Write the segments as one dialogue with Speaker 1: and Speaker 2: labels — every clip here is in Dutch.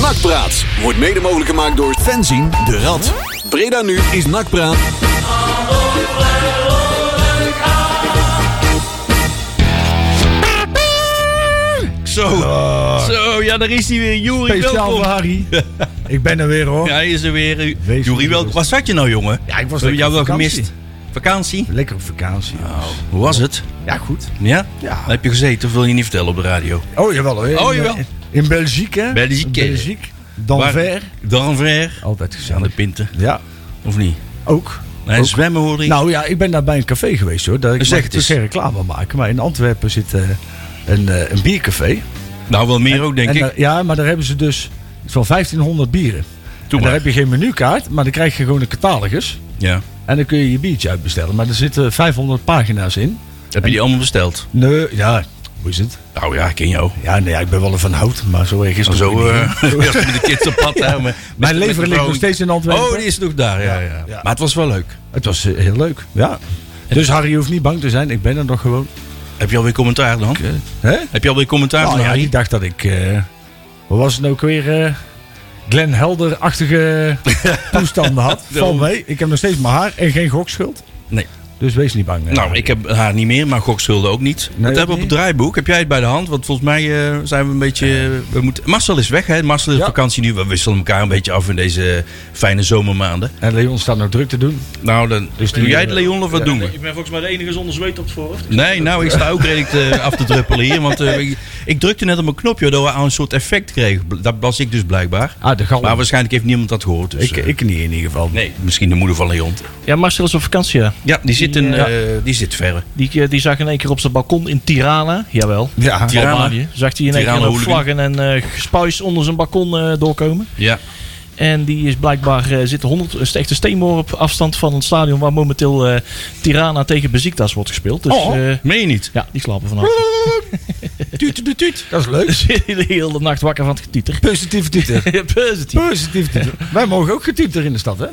Speaker 1: Nakpraat wordt mede mogelijk gemaakt door Fenzin de Rad. Breda nu is Nakpraat.
Speaker 2: Zo. Zo, ja, daar is hij weer. Juri,
Speaker 3: Speciaal voor
Speaker 2: welkom.
Speaker 3: Harry. Ik ben er weer hoor.
Speaker 2: Ja, hij is er weer. Juri,
Speaker 3: Wees
Speaker 2: welkom.
Speaker 3: gerust.
Speaker 2: Waar zat je nou, jongen?
Speaker 3: Ja, ik was
Speaker 2: We hebben
Speaker 3: lekker
Speaker 2: jou wel
Speaker 3: op vakantie.
Speaker 2: gemist. Oh. Vakantie?
Speaker 3: Lekker op vakantie. jongens.
Speaker 2: Hoe was het?
Speaker 3: Ja, goed.
Speaker 2: Ja?
Speaker 3: Ja.
Speaker 2: Waar Heb je gezeten of wil je niet vertellen op de radio?
Speaker 3: Oh, jawel hoor. In,
Speaker 2: Oh, jawel.
Speaker 3: eh, In Belgique hè.
Speaker 2: Belgique.
Speaker 3: Belgique. Danver.
Speaker 2: Danver.
Speaker 3: Altijd
Speaker 2: Aan de
Speaker 3: gezellig.
Speaker 2: pinten.
Speaker 3: Ja,
Speaker 2: Of niet?
Speaker 3: ook.
Speaker 2: Nee,
Speaker 3: Ook.
Speaker 2: zwemmen hoorde ik.
Speaker 3: Nou ja, ik ben daar bij een café geweest hoor. Daar ik
Speaker 2: Zeg
Speaker 3: mag
Speaker 2: het
Speaker 3: dus
Speaker 2: eens.
Speaker 3: geen reclame maken. Maar in Antwerpen zit eh, een, eh, een biercafé.
Speaker 2: Nou, wel meer ook, denk
Speaker 3: En
Speaker 2: ik.
Speaker 3: daar- ja, maar daar hebben ze dus iets van 1500 bieren.
Speaker 2: Doe
Speaker 3: en daar
Speaker 2: maar.
Speaker 3: heb je geen menukaart, maar dan krijg je gewoon een catalogus.
Speaker 2: Ja.
Speaker 3: En dan kun je je biertje uitbestellen. Maar er zitten 500 pagina's in.
Speaker 2: Heb je die allemaal besteld?
Speaker 3: Nee, ja, hoe is het?
Speaker 2: Nou ja, ik ken jou.
Speaker 3: Ja, nee, ja, ik ben wel een van hout, maar zo erg is het ook
Speaker 2: Zo,
Speaker 3: weer niet.
Speaker 2: eh eerst met de kids op pad. hè, maar-
Speaker 3: Mijn
Speaker 2: met-
Speaker 3: lever
Speaker 2: met de
Speaker 3: ligt
Speaker 2: vrouw.
Speaker 3: nog steeds in Antwerpen.
Speaker 2: Oh, die is nog daar, ja,
Speaker 3: Ja,
Speaker 2: ja.
Speaker 3: ja.
Speaker 2: Maar het was wel leuk.
Speaker 3: Het was eh, heel leuk, ja. Dus Harry hoeft niet bang te zijn, ik ben er nog gewoon.
Speaker 2: Heb je alweer commentaar dan?
Speaker 3: Hè?
Speaker 2: Heb je alweer commentaar
Speaker 3: Nou
Speaker 2: van
Speaker 3: ja,
Speaker 2: eh, Harry?
Speaker 3: ik dacht dat ik... eh wat was het nou ook weer? eh Glenn Helder-achtige toestanden had. Van mee. Ik heb nog steeds mijn haar en geen gokschuld.
Speaker 2: Nee.
Speaker 3: Dus wees niet bang. eh,
Speaker 2: Nou,
Speaker 3: Harry.
Speaker 2: ik heb haar niet meer, maar gokschulden ook niet.
Speaker 3: ook
Speaker 2: dat hebben we op
Speaker 3: niet?
Speaker 2: het draaiboek. Heb jij het bij de hand? Want volgens mij eh, zijn we een beetje... we moeten... Marcel is weg, hè? Marcel is
Speaker 3: Ja.
Speaker 2: op vakantie nu. We wisselen elkaar een beetje af in deze fijne zomermaanden.
Speaker 3: En Leon staat nog druk te doen.
Speaker 2: Nou, dan
Speaker 3: Dus
Speaker 2: doe
Speaker 3: die-
Speaker 2: jij het, Leon, of wat doen we?
Speaker 4: Ik ben volgens mij de enige zonder zweet op het voorhoofd.
Speaker 2: Nee, nou, ik sta ook redelijk eh, af te druppelen hier. Want eh, ik, ik drukte net op een knopje, waardoor we aan een soort effect kregen. Bl- Dat was ik dus blijkbaar.
Speaker 3: Ah, de gal.
Speaker 2: Maar waarschijnlijk heeft niemand dat gehoord. Dus,
Speaker 3: ik,
Speaker 2: eh,
Speaker 3: ik niet in ieder geval.
Speaker 2: Nee, misschien de moeder van Leon.
Speaker 4: Ja, Marcel is op vakantie, ja.
Speaker 2: Ja, die zit, in,
Speaker 4: Ja.
Speaker 2: eh, die zit verre.
Speaker 4: Die, eh, die zag in één keer op zijn balkon in Tirana, jawel,
Speaker 3: Ja,
Speaker 2: Tirana.
Speaker 4: Albanië, zag hij in één keer
Speaker 2: Tirana
Speaker 4: een hoop
Speaker 2: hooligan.
Speaker 4: vlaggen en eh gespuis onder zijn balkon eh, doorkomen.
Speaker 2: Ja.
Speaker 4: En die is blijkbaar eh, zit 100, is echt een steenworp op afstand van het stadion waar momenteel eh, Tirana tegen Besiktas wordt gespeeld. Dus
Speaker 2: oh,
Speaker 4: eh,
Speaker 2: meen je niet?
Speaker 4: ja, die slapen vanavond.
Speaker 2: Tuut, tuut, tuut.
Speaker 3: dat is leuk.
Speaker 4: Dus de hele nacht wakker van het getieter.
Speaker 3: Positieve titel.
Speaker 4: Positief.
Speaker 3: Positief titel. Wij mogen ook getieter in de stad, hè?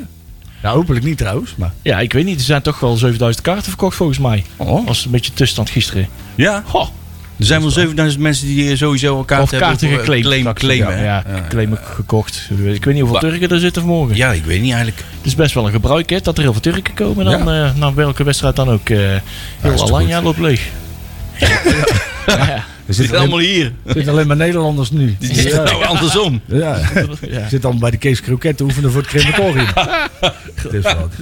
Speaker 3: Nou, hopelijk niet trouwens, maar...
Speaker 4: Ja, ik weet niet, er zijn toch wel 7000 kaarten verkocht volgens mij.
Speaker 3: Oh.
Speaker 4: was een beetje tussenstand gisteren.
Speaker 2: Ja,
Speaker 4: Goh.
Speaker 2: er zijn wel 7000 mensen die hier sowieso al kaarten
Speaker 4: Of kaarten
Speaker 2: hebben. eh,
Speaker 4: geclaimd.
Speaker 2: Claim,
Speaker 4: straks.
Speaker 2: claimen, hè?
Speaker 4: ja, ja, claimen gekocht. Ik weet niet hoeveel
Speaker 2: Wa-
Speaker 4: Turken er zitten vanmorgen.
Speaker 2: Ja, ik weet niet eigenlijk.
Speaker 4: Het is best wel een gebruik hè, dat er heel veel Turken komen. Dan, eh, naar welke wedstrijd dan ook. eh heel
Speaker 3: toch
Speaker 4: Alanya
Speaker 3: goed.
Speaker 4: loopt leeg. Ja.
Speaker 3: Er
Speaker 2: Het is
Speaker 3: zitten alleen,
Speaker 2: allemaal hier.
Speaker 3: zitten alleen maar Nederlanders nu.
Speaker 2: Die zitten
Speaker 3: Ja.
Speaker 2: nou andersom.
Speaker 3: Ja.
Speaker 4: Ja.
Speaker 3: Zit dan bij de Kees Kroket te oefenen voor het crematorium. Dus wat.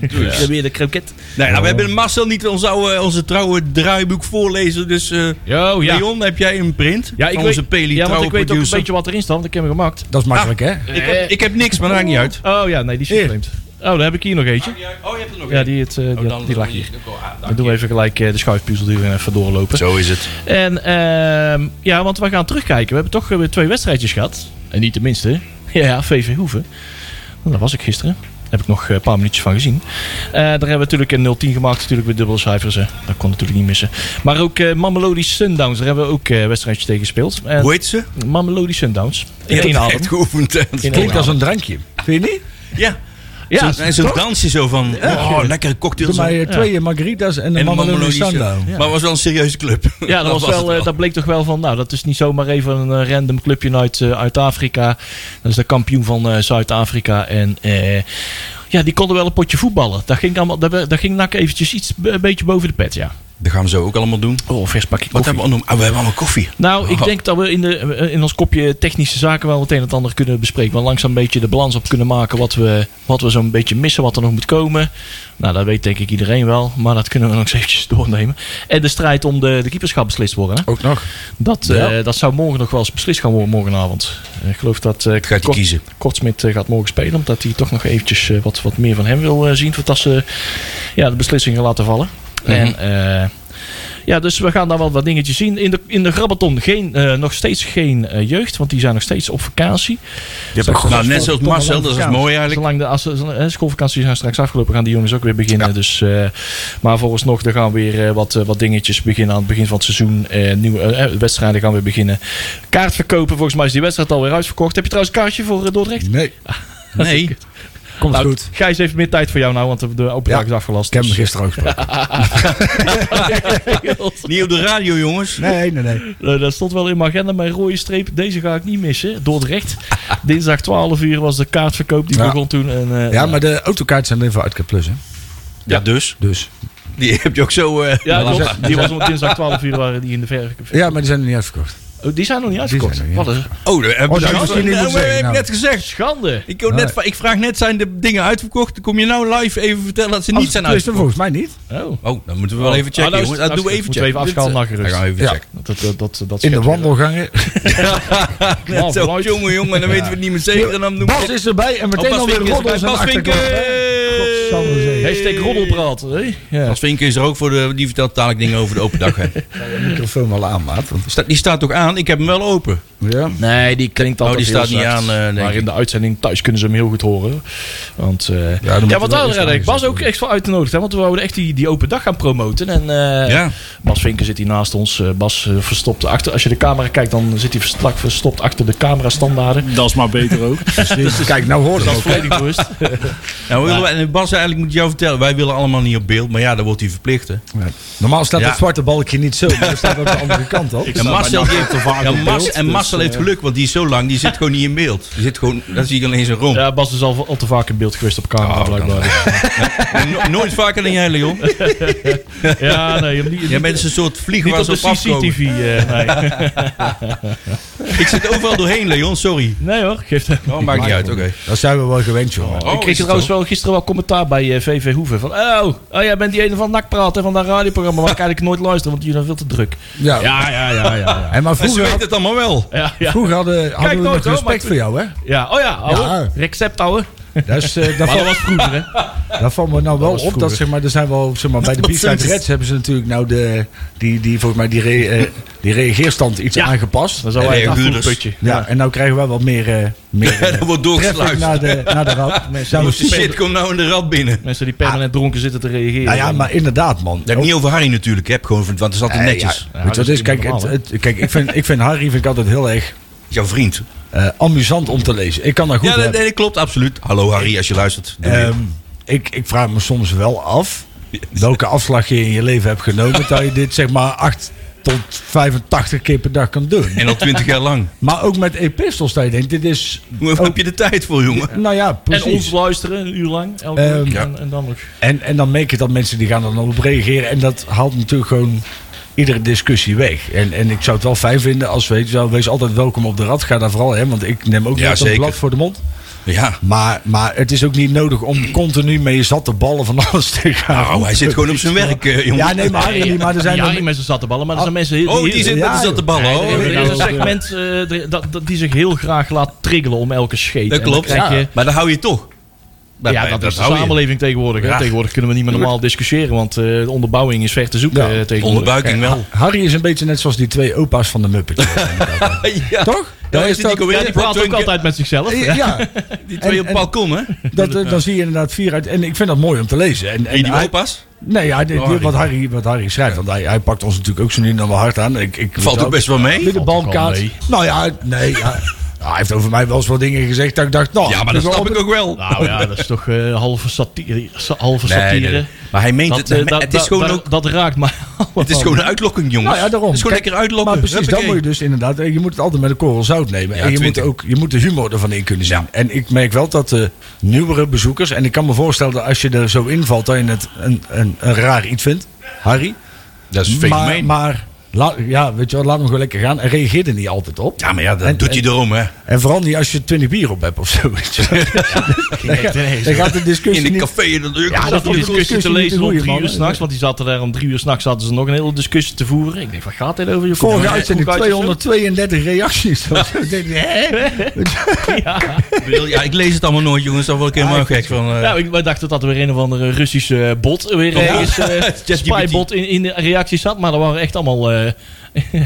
Speaker 4: Ik heb weer de kroket.
Speaker 2: Nee, nou, we hebben Marcel niet onze, oude, onze trouwe draaiboek voorlezen. Dus eh,
Speaker 4: Yo, Oh, ja.
Speaker 2: Leon, heb jij een print?
Speaker 4: ja, ik
Speaker 2: Van
Speaker 4: weet,
Speaker 2: onze Peli,
Speaker 4: ja, want
Speaker 2: trouwe
Speaker 4: ik weet ook een
Speaker 2: producer.
Speaker 4: beetje wat erin staat, want ik heb hem gemaakt.
Speaker 3: Dat is makkelijk, hè?
Speaker 2: Ik heb, ik heb niks, maar dat maakt niet uit.
Speaker 4: Oh ja, nee, die is
Speaker 3: Hier.
Speaker 4: geclaimd. Oh, dan heb ik hier nog eentje.
Speaker 2: Oh, je hebt er nog
Speaker 4: Ja, die, het, eh, die, die lag hier. Dan doen we even gelijk eh, de schuifpuzzel die we even doorlopen.
Speaker 2: Zo is het.
Speaker 4: En ehm, ja, want we gaan terugkijken. We hebben toch eh, weer twee wedstrijdjes gehad. En niet de minste. Ja, VV Hoeven. Nou, daar was ik gisteren. Daar heb ik nog eh, een paar minuutjes van gezien. Eh, daar hebben we natuurlijk een 0-10 gemaakt. Natuurlijk weer dubbele cijfers. Hè. Dat kon natuurlijk niet missen. Maar ook eh Mamelodi Sundowns. Daar hebben we ook eh wedstrijdjes tegen gespeeld. En
Speaker 2: Hoe heet ze?
Speaker 4: Mamelodi Sundowns.
Speaker 2: Je
Speaker 4: In
Speaker 2: hebt
Speaker 4: één adem.
Speaker 2: echt geoefend. hè.
Speaker 4: In één
Speaker 3: Klinkt als
Speaker 4: adem.
Speaker 3: een drankje. Vind je niet?
Speaker 2: Ja,
Speaker 4: Ja,
Speaker 2: zo'n zo'n dansje zo van, oh, lekkere cocktails.
Speaker 3: Doe mij eh,
Speaker 4: Ja.
Speaker 3: twee eh, margaritas en een
Speaker 2: en
Speaker 3: mameloni
Speaker 2: Mamelodi
Speaker 3: standaal.
Speaker 2: Maar het was wel een serieuze club.
Speaker 4: Ja, dat, was wel,
Speaker 2: het
Speaker 4: eh, dat bleek toch wel van. Nou, dat is niet zomaar even een eh, random clubje uit, eh, uit Afrika. Dat is de kampioen van eh, Zuid-Afrika. En eh, ja, die konden wel een potje voetballen. Daar ging, allemaal, daar, daar ging NAC eventjes iets b- een beetje boven de pet, ja.
Speaker 2: Dat gaan we zo ook allemaal doen.
Speaker 4: Oh, vers pakje
Speaker 2: Wat hebben we allemaal? Ah, we hebben allemaal koffie.
Speaker 4: Nou, ik
Speaker 2: Oh.
Speaker 4: denk dat we in, de, eh, in ons kopje technische zaken wel meteen het ander kunnen bespreken. Maar langzaam een beetje de balans op kunnen maken wat we, wat we zo'n beetje missen, wat er nog moet komen. Nou, dat weet denk ik iedereen wel. Maar dat kunnen we nog eens eventjes doornemen. En de strijd om de, de keeperschap beslist worden. Hè?
Speaker 3: Ook nog.
Speaker 4: Dat,
Speaker 3: Ja.
Speaker 4: eh, dat zou morgen nog wel eens beslist gaan worden, morgenavond. Eh, ik geloof dat eh
Speaker 2: hij kiezen.
Speaker 4: Kortsmit eh, gaat morgen spelen, omdat hij toch nog eventjes eh, wat, wat meer van hem wil eh, zien. Voordat ze ja, de beslissing gaan laten vallen.
Speaker 2: Mhm.
Speaker 4: En, eh, ja, dus we gaan daar wel wat dingetjes zien. In de, in de Grabbaton geen, eh, nog steeds geen eh, jeugd, want die zijn nog steeds op vakantie.
Speaker 2: nou, net zoals Marcel, dat is mooi eigenlijk.
Speaker 4: Zolang de als, zolang- hè, schoolvakanties zijn straks afgelopen, gaan die jongens ook weer beginnen. Dus, eh, maar vooralsnog, er gaan weer eh, wat, eh, wat dingetjes beginnen aan het begin van het seizoen. Eh, nieuwe eh, eh, wedstrijden gaan weer beginnen. Kaart verkopen, volgens mij is die wedstrijd alweer uitverkocht. Heb je trouwens een kaartje voor eh, Dordrecht?
Speaker 3: Nee.
Speaker 2: Nee.
Speaker 3: Komt
Speaker 4: Nou,
Speaker 3: goed.
Speaker 4: Gijs heeft meer tijd voor jou nou, want de open dag is afgelast.
Speaker 3: Ik heb hem
Speaker 4: dus-
Speaker 3: gisteren ook gesproken.
Speaker 2: Niet op de radio, jongens.
Speaker 3: Nee, nee, nee.
Speaker 4: Nou, dat stond wel in mijn agenda mijn rode streep. Deze ga ik niet missen. Dordrecht. Dinsdag 12 uur was de kaartverkoop die
Speaker 3: Ja.
Speaker 4: begon toen. En, eh,
Speaker 3: Ja, maar de autokaarten zijn alleen voor Uitkijk Plus, hè?
Speaker 2: Ja, dus.
Speaker 3: Dus.
Speaker 2: Die heb je ook zo... eh,
Speaker 4: ja,
Speaker 3: Maar
Speaker 4: klopt.
Speaker 3: dat is-
Speaker 4: die was om dinsdag 12 uur waren die in de verkoop.
Speaker 3: Ja, maar die zijn nog niet uitverkocht.
Speaker 4: Oh, die zijn nog niet
Speaker 3: zijn
Speaker 4: uitgekocht.
Speaker 3: nog niet
Speaker 4: Wat een
Speaker 2: Oh, dat heb
Speaker 3: Oh,
Speaker 2: ik
Speaker 3: dat had je misschien niet moeten zeggen,
Speaker 2: heb ik
Speaker 3: nou.
Speaker 2: net gezegd.
Speaker 4: schande.
Speaker 2: Ik, wou net, va- ik vraag net, zijn de dingen uitverkocht? Dan kom je nou live even vertellen dat ze niet zijn
Speaker 3: Dus dan
Speaker 2: uitverkocht?
Speaker 3: volgens mij niet.
Speaker 4: Oh.
Speaker 2: Oh, dan moeten we wel even checken,
Speaker 4: Ah, nou is
Speaker 2: jongens.
Speaker 4: het-
Speaker 2: Dat doen we
Speaker 4: nou is het-
Speaker 2: even
Speaker 4: moeten
Speaker 2: checken.
Speaker 4: we even afschalen,
Speaker 2: Dit,
Speaker 4: nacht gerust.
Speaker 2: eh, Dan gaan we even
Speaker 3: Ja.
Speaker 2: checken.
Speaker 4: Dat, dat, dat, dat
Speaker 3: In de
Speaker 4: scheelt weer.
Speaker 3: wandelgangen.
Speaker 4: Nou,
Speaker 2: Net zo,
Speaker 4: vooruit.
Speaker 2: jongen, jongen, dan weten we het niet meer zeker. En dan doen
Speaker 3: Bas
Speaker 2: we...
Speaker 3: is erbij en meteen
Speaker 2: Oh, Bas
Speaker 3: alweer
Speaker 2: Vinken is
Speaker 3: roddels
Speaker 2: erbij.
Speaker 3: en
Speaker 2: Bas Vinken!
Speaker 3: Godsamme zee.
Speaker 4: Hashtag roddelpraat. hè? Ja.
Speaker 2: Bas Vinken is er ook voor, de, die vertelt dadelijk dingen over de open dag. hè.
Speaker 3: De microfoon wel aan, maat. want-
Speaker 2: Sta- Die staat toch aan? Ik heb hem wel open.
Speaker 3: Ja.
Speaker 4: Nee, Oh, die klinkt
Speaker 2: altijd
Speaker 4: altijd
Speaker 2: heel zacht. Maar
Speaker 4: Maar
Speaker 2: in
Speaker 4: in de uitzending thuis kunnen ze hem heel goed horen. Want, eh, ja,
Speaker 3: dan moet
Speaker 4: ja,
Speaker 3: je
Speaker 4: want
Speaker 3: wel
Speaker 4: daar
Speaker 3: eerst
Speaker 4: had ik
Speaker 3: aangezet
Speaker 4: Bas ook
Speaker 3: worden.
Speaker 4: echt voor uitgenodigd. Hè? Want we wouden echt die, die open dag gaan promoten. En eh,
Speaker 2: Ja.
Speaker 4: Bas Vinken zit hier naast ons. Eh, Bas eh, verstopt achter. Als je de camera kijkt, dan zit hij strak verstopt achter de camera standaarden.
Speaker 5: Dat is maar beter ook.
Speaker 3: Kijk, nou hoor
Speaker 4: Dat
Speaker 3: dat
Speaker 4: dus is volledig bewust.
Speaker 2: Nou, willen wij- en Bas, eigenlijk moet ik jou vertellen, wij willen allemaal niet op beeld. Maar ja, dan wordt hij verplicht, hè.
Speaker 3: Normaal staat
Speaker 2: Ja.
Speaker 3: dat zwarte balkje niet zo, maar dat staat ook de andere kant al.
Speaker 2: En Marcel, die heeft,
Speaker 5: vaak
Speaker 2: ja,
Speaker 5: op
Speaker 2: Mas-
Speaker 5: beeld,
Speaker 2: en
Speaker 5: dus,
Speaker 2: Marcel heeft geluk, want die is zo lang, die zit gewoon niet in beeld. Die zit gewoon, dat zie ik alleen zijn romp.
Speaker 4: Ja, Bas is al, al te vaak in beeld geweest op camera,
Speaker 2: Oh,
Speaker 4: blijkbaar.
Speaker 2: No- nooit vaker dan jij, Leon.
Speaker 4: Ja, nee, je hebt niet,
Speaker 2: Jij bent een soort vlieger
Speaker 4: niet
Speaker 2: waar
Speaker 4: op
Speaker 2: ze
Speaker 4: de
Speaker 2: op afkomen.
Speaker 4: CCTV. eh, nee.
Speaker 2: Ik zit overal doorheen, Leon, sorry.
Speaker 4: nee hoor, geeft
Speaker 2: Oh, maakt niet uit, oké.
Speaker 3: Dat zijn we wel gewend, joh.
Speaker 2: Oh,
Speaker 4: ik kreeg
Speaker 2: is het
Speaker 4: trouwens
Speaker 2: zo?
Speaker 4: wel gisteren wel commentaar bij eh, VV Hoeven. Van, oh, oh, jij bent die ene van NAC praten van dat radioprogramma waar ik eigenlijk nooit luister, want jullie zijn veel te druk.
Speaker 3: Ja.
Speaker 4: Ja, ja, ja, ja. ja.
Speaker 3: En maar
Speaker 2: En ze
Speaker 3: vroeger,
Speaker 2: weten het allemaal wel.
Speaker 4: ja, ja.
Speaker 3: vroeger hadden, hadden we nog
Speaker 4: nooit, hoor,
Speaker 3: respect
Speaker 4: maar-
Speaker 3: voor jou, hè?
Speaker 4: ja. Oh ja, ouwe.
Speaker 3: Ja.
Speaker 4: Recept ouwe.
Speaker 3: Dat, is, eh, dat,
Speaker 4: Maar dat
Speaker 3: valt,
Speaker 4: was vroeger, hè.
Speaker 3: dat valt me nou wel op. Dat,
Speaker 4: vroeger.
Speaker 3: zeg maar, er zijn wel, zeg maar, bij de
Speaker 2: Dat
Speaker 3: Beefside
Speaker 2: zijn ze.
Speaker 3: Reds hebben ze natuurlijk nou de, die, die, volgens mij die, re- eh, die reageerstand iets
Speaker 4: Ja.
Speaker 3: aangepast.
Speaker 4: Dat is al
Speaker 2: Ja,
Speaker 4: een
Speaker 2: ja, huurders.
Speaker 4: afvoerputje.
Speaker 3: Ja, en nou krijgen wij wat meer, eh, meer eh,
Speaker 2: Dat wordt
Speaker 3: traffic
Speaker 2: doorgesluist.
Speaker 3: naar de, naar de rand. Mensen
Speaker 2: Oh, Shit, kom nou in de rad binnen.
Speaker 4: Mensen die permanent dronken zitten te reageren.
Speaker 3: Nou ja, maar inderdaad, man.
Speaker 2: Dat heb ik niet over Harry natuurlijk, heb gewoon, want dat is altijd
Speaker 3: Nee,
Speaker 2: netjes.
Speaker 3: ja, weet je wat het is? Kijk, het, het- kijk ik, vind, ik vind Harry vind ik altijd heel erg
Speaker 2: Jouw vriend.
Speaker 3: eh, amusant om te lezen. Ik kan dat goed
Speaker 2: Ja, dat,
Speaker 3: hebben.
Speaker 2: dat klopt, absoluut. Hallo Harry, als je luistert. Doe weer.
Speaker 3: Ehm, ik, ik vraag me soms wel af welke afslag je in je leven hebt genomen dat je dit zeg maar 8 tot 85 keer per dag kan doen.
Speaker 2: en al twintig jaar lang.
Speaker 3: Maar ook met epistels dat je denkt, dit is...
Speaker 2: Hoe
Speaker 3: ook-
Speaker 2: heb je de tijd voor, jongen?
Speaker 3: nou ja,
Speaker 4: en
Speaker 3: precies.
Speaker 4: ons luisteren een uur lang. Elke
Speaker 3: Ehm,
Speaker 4: week.
Speaker 2: Ja.
Speaker 4: En, en dan nog.
Speaker 3: En, en dan merk je dat mensen die gaan er dan op reageren. En dat haalt natuurlijk gewoon iedere discussie weg. En, en ik zou het wel fijn vinden als weet je, wel, wees altijd welkom op de rad. Ga daar vooral, hè, want ik neem ook
Speaker 2: Ja,
Speaker 3: net een
Speaker 2: zeker.
Speaker 3: blad voor de mond.
Speaker 2: Ja.
Speaker 3: Maar, maar het is ook niet nodig om continu met je zatte ballen van alles te gaan.
Speaker 2: Oh, hij zit gewoon op zijn werk, eh, jongen.
Speaker 3: Ja, nee, maar Harry, die- maar er zijn
Speaker 4: ja,
Speaker 3: dan-
Speaker 4: die mensen zaten ballen, maar er zijn mensen... heel-
Speaker 2: Oh, die
Speaker 4: heel-
Speaker 2: zit, dat is dat de bal.
Speaker 4: Nee, er-
Speaker 2: Oh,
Speaker 4: er is
Speaker 3: nou-
Speaker 4: een segment eh, dat, dat, die zich heel graag laat triggelen om elke scheet.
Speaker 2: dat
Speaker 4: En dan
Speaker 2: klopt.
Speaker 4: krijg je-
Speaker 2: Maar dan hou je toch.
Speaker 4: Ja, dat, is de
Speaker 2: hou je.
Speaker 4: samenleving tegenwoordig. hè.
Speaker 2: Ja.
Speaker 4: Tegenwoordig kunnen we niet meer normaal discussiëren, want eh, de onderbouwing is ver te zoeken
Speaker 3: Ja,
Speaker 4: eh, tegenwoordig.
Speaker 2: Onderbuiking wel.
Speaker 3: Harry is een beetje net zoals die twee opa's van de Muppets.
Speaker 2: Ja.
Speaker 3: Toch?
Speaker 2: Daar is
Speaker 3: is
Speaker 2: die
Speaker 3: dat-
Speaker 2: Nico Wilde, die
Speaker 4: Ja, die
Speaker 2: wordt
Speaker 4: praat ook
Speaker 2: twee keer-
Speaker 4: altijd met zichzelf.
Speaker 3: Ja,
Speaker 2: Die twee op
Speaker 3: en-
Speaker 2: het balkon, hè?
Speaker 3: dat, eh, dan zie je inderdaad vier uit. En ik vind dat mooi om te lezen. En, en
Speaker 2: Die, Oh, die
Speaker 3: hij-
Speaker 2: opa's.
Speaker 3: Nee, ja, dit- dit-
Speaker 2: Harry.
Speaker 3: wat, Harry, wat Harry schrijft. Want hij, hij pakt ons natuurlijk ook zo nu en dan wel hard aan. Ik, ik
Speaker 2: Valt ook best wel mee.
Speaker 3: Met de
Speaker 4: Valt ook
Speaker 3: balkaart.
Speaker 4: wel mee.
Speaker 3: Nou ja, nee. Ja. Nou, hij heeft over mij wel eens wat dingen gezegd dat ik dacht, nou...
Speaker 2: Ja, maar dat
Speaker 3: dus
Speaker 2: snap
Speaker 3: wel-
Speaker 2: ik ook wel.
Speaker 4: Nou ja, dat is toch eh, halve satire. sa- Halve
Speaker 2: Nee,
Speaker 4: satire.
Speaker 2: nee, nee. Maar hij meent
Speaker 4: Dat,
Speaker 2: het.
Speaker 4: eh,
Speaker 2: nee,
Speaker 4: dat-
Speaker 2: Het is
Speaker 4: dat-
Speaker 2: gewoon
Speaker 4: dat-
Speaker 2: ook...
Speaker 4: Dat raakt mij
Speaker 2: Het is gewoon een uitlokking, jongens.
Speaker 3: Nou ja, daarom.
Speaker 2: Het is gewoon
Speaker 3: Kijk,
Speaker 2: lekker uitlokken.
Speaker 3: Maar precies, dan
Speaker 2: Huppakee.
Speaker 3: moet je dus inderdaad... eh, Je moet het altijd met een korrel zout nemen.
Speaker 2: Ja,
Speaker 3: en je moet,
Speaker 2: twintig.
Speaker 3: ook, je moet de humor ervan in kunnen zien. En ik merk wel dat de nieuwere bezoekers... En ik kan me voorstellen dat als je er zo invalt... Dat je het een, een, een raar iets vindt. Harry.
Speaker 2: Dat is
Speaker 3: Maar,
Speaker 2: fenomeen.
Speaker 3: maar laat, ja, weet je wel, laat hem gewoon lekker gaan. En reageer er niet altijd op.
Speaker 2: Ja, maar ja,
Speaker 3: En-
Speaker 2: dat doet hij erom, hè.
Speaker 3: En vooral niet als je 20 bier op hebt of zo. weet je wel. Dan gaat- Dan gaat de discussie
Speaker 2: In een
Speaker 3: niet...
Speaker 2: café. dat-
Speaker 4: Ja,
Speaker 3: dat
Speaker 4: dat
Speaker 3: vond
Speaker 4: die
Speaker 3: ik
Speaker 4: discussie
Speaker 3: discussie
Speaker 4: te
Speaker 3: niet
Speaker 4: lezen
Speaker 3: een
Speaker 4: om
Speaker 3: goeie,
Speaker 4: drie
Speaker 3: man.
Speaker 4: uur s'nachts. Want die zaten daar om drie uur s'nachts hadden ze nog een hele discussie te voeren. Ik denk, waar gaat dit over? Je komt
Speaker 3: Vorige
Speaker 4: er-
Speaker 3: uitzending
Speaker 4: komt uit of zo?
Speaker 3: 232 reacties. Dat was- ik denk, hè?
Speaker 2: Ja, ik lees het allemaal nooit, jongens. Daar word ik
Speaker 3: Ah,
Speaker 2: helemaal gek van. eh.
Speaker 3: Nou.
Speaker 4: Ja, ik- wij dachten dat er weer een of andere Russische eh, bot weer
Speaker 2: Ja.
Speaker 4: is,
Speaker 2: ChatGPT.
Speaker 4: spybot in, in de reacties zat. Maar dat waren echt allemaal eh, eh,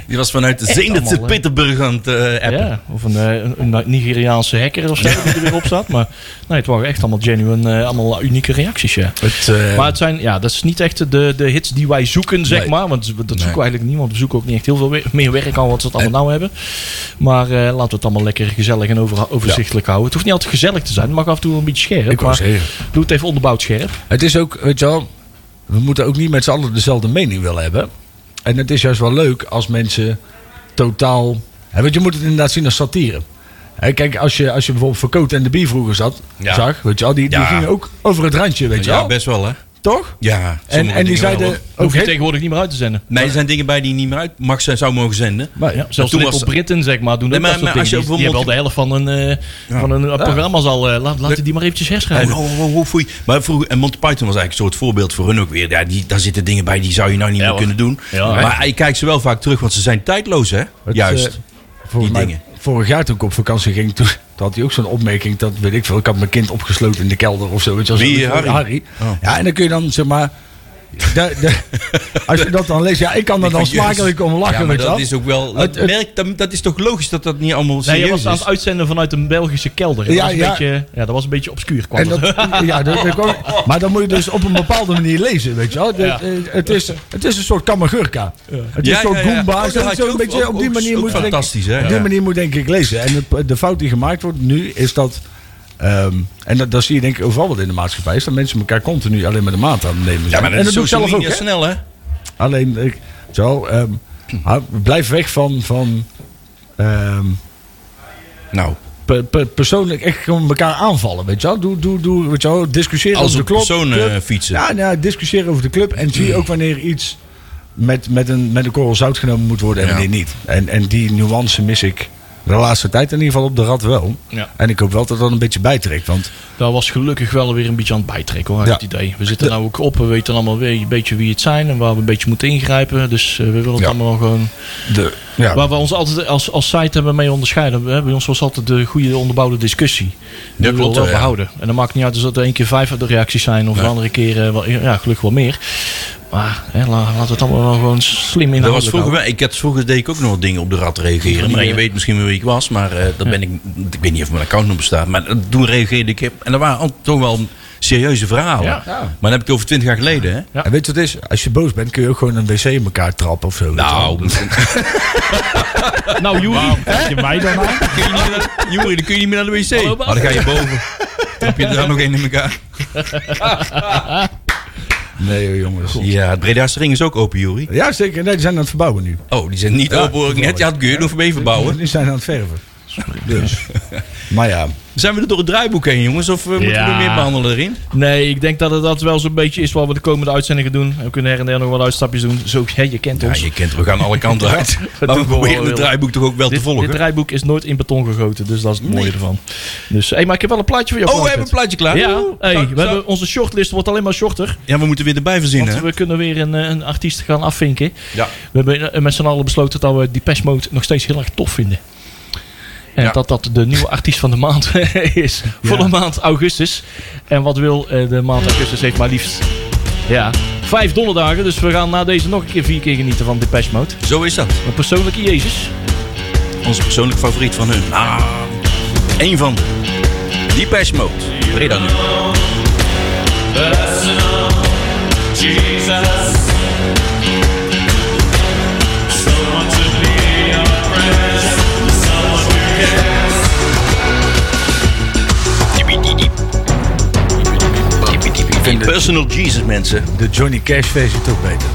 Speaker 2: Die was vanuit de
Speaker 4: allemaal,
Speaker 2: Zenit
Speaker 4: hè?
Speaker 2: Pittenburg aan het eh, appen.
Speaker 4: ja, of een, eh, een, een Nigeriaanse hacker of zo die er weer op staat. Maar nee, het waren echt allemaal genuine, eh, allemaal unieke reacties. Ja.
Speaker 3: Het, eh,
Speaker 4: Maar het zijn, ja, dat is niet echt de, de hits die wij zoeken, zeg
Speaker 2: Ehm. Nee.
Speaker 4: maar. Want dat zoeken we
Speaker 2: Nee.
Speaker 4: eigenlijk niet, want we zoeken ook niet echt heel veel we- meer werk aan wat ze het allemaal nou hebben. Maar eh, laten we het allemaal lekker gezellig en over, overzichtelijk houden. Het hoeft niet altijd gezellig te zijn, het mag af en toe een beetje scherp.
Speaker 3: ik wou
Speaker 4: maar
Speaker 3: zeggen.
Speaker 4: doe het even onderbouwd scherp.
Speaker 3: Het is ook, weet je wel, we moeten ook niet met z'n allen dezelfde mening willen hebben. En het is juist wel leuk als mensen totaal. Hè, want je moet het inderdaad zien als satire. Hè, kijk, als je, als je bijvoorbeeld voor Coat en de Bie vroeger zat,
Speaker 2: Ja.
Speaker 3: zag, weet je wel, die,
Speaker 2: Ja.
Speaker 3: die gingen ook over het randje, weet je
Speaker 2: Ja,
Speaker 3: wel.
Speaker 2: best wel, hè?
Speaker 3: Toch?
Speaker 2: Ja.
Speaker 3: En, en die zeiden
Speaker 4: Hoef
Speaker 3: ook.
Speaker 4: je
Speaker 3: hè,
Speaker 4: tegenwoordig niet meer uit te zenden.
Speaker 2: Nee, er zijn dingen bij die je niet meer uit mag zijn, zou mogen zenden.
Speaker 3: Maar,
Speaker 4: Ja, zelfs
Speaker 2: toen
Speaker 4: Little
Speaker 2: was-
Speaker 4: Britain, zeg maar, doen
Speaker 2: Nee,
Speaker 4: dat
Speaker 2: maar-
Speaker 4: soort
Speaker 2: maar als
Speaker 4: dingen.
Speaker 2: je
Speaker 4: Die, die hebben al
Speaker 2: bijvoorbeeld-
Speaker 4: de helft van een, eh,
Speaker 2: Ja.
Speaker 4: van een eh, programma's al. eh, laat, laten die maar eventjes herschrijven.
Speaker 2: En, oh, oh, oh, oh, foei. Maar vroeger, en Monty Python was eigenlijk een soort voorbeeld voor hun ook weer. Ja, die, daar zitten dingen bij die zou je nou niet meer
Speaker 4: hoor.
Speaker 2: kunnen doen.
Speaker 4: Ja, hè?
Speaker 2: maar je kijkt ze wel vaak terug, want ze zijn tijdloos, hè?
Speaker 3: Het,
Speaker 2: Juist.
Speaker 3: eh, volgens
Speaker 2: die
Speaker 3: mij,
Speaker 2: dingen.
Speaker 3: Vorig jaar toen ik op vakantie ging, toen, toen had hij ook zo'n opmerking. Dat weet ik veel. Ik had mijn kind opgesloten in de kelder of zo. Weet je, wel,
Speaker 2: Wie,
Speaker 3: zoiets van
Speaker 2: Harry? Oh.
Speaker 3: Ja, en dan kun je dan zeg maar. da- da- als je dat dan leest, ja, ik kan er dan
Speaker 2: van, jezus.
Speaker 3: smakelijk om lachen.
Speaker 2: ja, maar
Speaker 3: weet je
Speaker 2: dat
Speaker 3: wel.
Speaker 2: is ook wel.
Speaker 3: Het-
Speaker 2: Dat,
Speaker 3: het-
Speaker 2: merk, dat, dat is toch logisch dat dat niet allemaal
Speaker 4: Nee, je
Speaker 2: serieus
Speaker 4: was aan het
Speaker 2: is?
Speaker 4: uitzenden vanuit een Belgische kelder. Dat
Speaker 3: Ja,
Speaker 4: was een
Speaker 3: ja.
Speaker 4: Beetje, ja, dat was een beetje obscuur. Kwam
Speaker 3: En
Speaker 4: dat,
Speaker 3: dat, ja, dat, dat kwam- maar dan moet je dus op een bepaalde manier lezen, weet je wel.
Speaker 4: Ja.
Speaker 3: Het, het, is, het is een soort kamagurka. Het is
Speaker 2: Ja,
Speaker 3: zo'n
Speaker 2: ja, ja.
Speaker 3: Goomba.
Speaker 2: Oh, dat
Speaker 3: Zo-
Speaker 2: had je
Speaker 3: zo'n
Speaker 2: ook-
Speaker 3: beetje
Speaker 2: ook-
Speaker 3: op die
Speaker 2: ook-
Speaker 3: manier
Speaker 2: ook
Speaker 3: moet denk ik-
Speaker 2: fantastisch, hè?
Speaker 3: Op die
Speaker 2: Ja.
Speaker 3: manier moet denk ik lezen. En het- de fout die gemaakt wordt nu is dat... ehm, en dat, dat zie je denk ik overal wat in de maatschappij. Is dat mensen elkaar continu alleen maar de maat aan het nemen.
Speaker 2: Ja,
Speaker 3: zijn.
Speaker 2: maar dat
Speaker 3: en
Speaker 2: is
Speaker 3: dat doe ik
Speaker 2: social
Speaker 3: zelf ook.
Speaker 2: media
Speaker 3: hè.
Speaker 2: snel, hè?
Speaker 3: Alleen, ik, zo, ehm, hou- blijf weg van... van ehm,
Speaker 2: Nou,
Speaker 3: pe- pe- persoonlijk echt gewoon elkaar aanvallen, weet je wel. Doe, doe, doe, weet je wel. Discussiëren
Speaker 2: als
Speaker 3: over
Speaker 2: een
Speaker 3: de klop,
Speaker 2: persoon eh,
Speaker 3: club.
Speaker 2: fietsen.
Speaker 3: Ja, nou, discussiëren over de club. En zie ook wanneer iets met, met, een, met een korrel zout genomen moet worden en
Speaker 2: Ja.
Speaker 3: wanneer niet. En, en die nuance mis ik de laatste tijd. In ieder geval op de rad wel.
Speaker 4: Ja.
Speaker 3: En ik hoop wel dat dat een beetje bijtrekt. Want
Speaker 4: dat was gelukkig wel weer een beetje aan het bijtrekken hoor, uit
Speaker 3: Ja.
Speaker 4: het idee. We zitten nou ook op, we weten allemaal weer een beetje wie het zijn en waar we een beetje moeten ingrijpen. Dus eh, we willen het
Speaker 3: Ja.
Speaker 4: allemaal gewoon...
Speaker 3: de, ja,
Speaker 4: Waar we ons altijd als, als site hebben mee onderscheiden. Hè? Bij ons was altijd de goede onderbouwde discussie. Die
Speaker 2: klopt
Speaker 4: we wel
Speaker 2: wel, ja.
Speaker 4: behouden. En dan maakt niet uit dus dat er één keer vijf uit de reacties zijn. Of de andere keer, eh, wel, ja, gelukkig wel meer. Maar hè, la- laten we het allemaal wel gewoon slim
Speaker 2: nou, Dat was
Speaker 4: inhoudelijk
Speaker 2: vroeger,
Speaker 4: houden.
Speaker 2: wel- ik had, vroeger deed ik ook nog wat dingen op de rat reageren. Maar je weet misschien wel wie ik was, maar eh, dat ben ik, ik weet niet of mijn accountnummer staat. Maar dat- toen reageerde ik. En dat waren al- toch wel serieuze verhalen.
Speaker 4: Ja.
Speaker 3: Ja.
Speaker 2: Maar dan heb ik het over twintig jaar geleden. Hè?
Speaker 4: Ja.
Speaker 3: En weet je wat het is? Als je boos bent kun je ook gewoon een wc in elkaar trappen of zo. weet je wel.
Speaker 2: Nou,
Speaker 4: Nou Juri, kijk je mij dan aan?
Speaker 2: kun je niet meer naar, Joeri, dan kun je niet meer naar de wc.
Speaker 4: Hallo,
Speaker 2: Oh, maar dan ga je boven. Trap je er dan nog één in elkaar.
Speaker 3: Nee joh, jongens.
Speaker 2: Ja, het Breda's ring is ook open, Juri.
Speaker 3: Ja zeker. Nee, die zijn aan het verbouwen nu.
Speaker 2: Oh, die zijn niet
Speaker 3: Ja,
Speaker 2: open hoor ik net. Ja, dat kun je nog even verbouwen.
Speaker 3: Die zijn aan het verven. Dus. Maar ja.
Speaker 2: Zijn we er door het draaiboek heen, jongens? Of eh, moeten we
Speaker 4: Ja.
Speaker 2: er meer behandelen erin?
Speaker 4: Nee, ik denk dat het dat wel zo'n beetje is wat we de komende uitzendingen doen. We kunnen her en der nog wat uitstapjes doen. Zo, hè, je kent
Speaker 2: Ja,
Speaker 4: ons.
Speaker 2: je kent, we gaan alle kanten uit. Maar we
Speaker 4: doen we wel
Speaker 2: proberen het
Speaker 4: heel-
Speaker 2: draaiboek toch ook wel te
Speaker 4: dit, dit
Speaker 2: volgen.
Speaker 4: rijboek is nooit in beton gegoten, dus dat is het mooie ervan. Dus, hey, maar ik heb wel een plaatje voor jou.
Speaker 2: Oh, we
Speaker 4: Klaas.
Speaker 2: hebben een plaatje klaar.
Speaker 4: Ja,
Speaker 2: Oeh,
Speaker 4: hey,
Speaker 2: zou-
Speaker 4: we
Speaker 2: zou-
Speaker 4: hebben, onze shortlist wordt alleen maar shorter.
Speaker 2: Ja, we moeten weer erbij verzinnen.
Speaker 4: Want
Speaker 2: hè?
Speaker 4: we kunnen weer een, eh, een artiest gaan afvinken.
Speaker 2: Ja.
Speaker 4: We hebben eh, met z'n allen besloten dat we Depeche Mode nog steeds heel erg tof vinden. En
Speaker 2: Ja.
Speaker 4: dat dat de nieuwe artiest van de maand is. Voor de maand augustus. En wat wil eh, de maand augustus heeft maar liefst. Ja, vijf donderdagen. Dus we gaan na deze nog een keer vier keer genieten van Depeche Mode.
Speaker 2: Zo is dat.
Speaker 4: Een persoonlijke Jezus.
Speaker 2: Onze persoonlijke favoriet van hun. Ah, één van de. Depeche Mode. Breda nu. Personal Jesus, mensen.
Speaker 3: De Johnny Cash versie toch beter.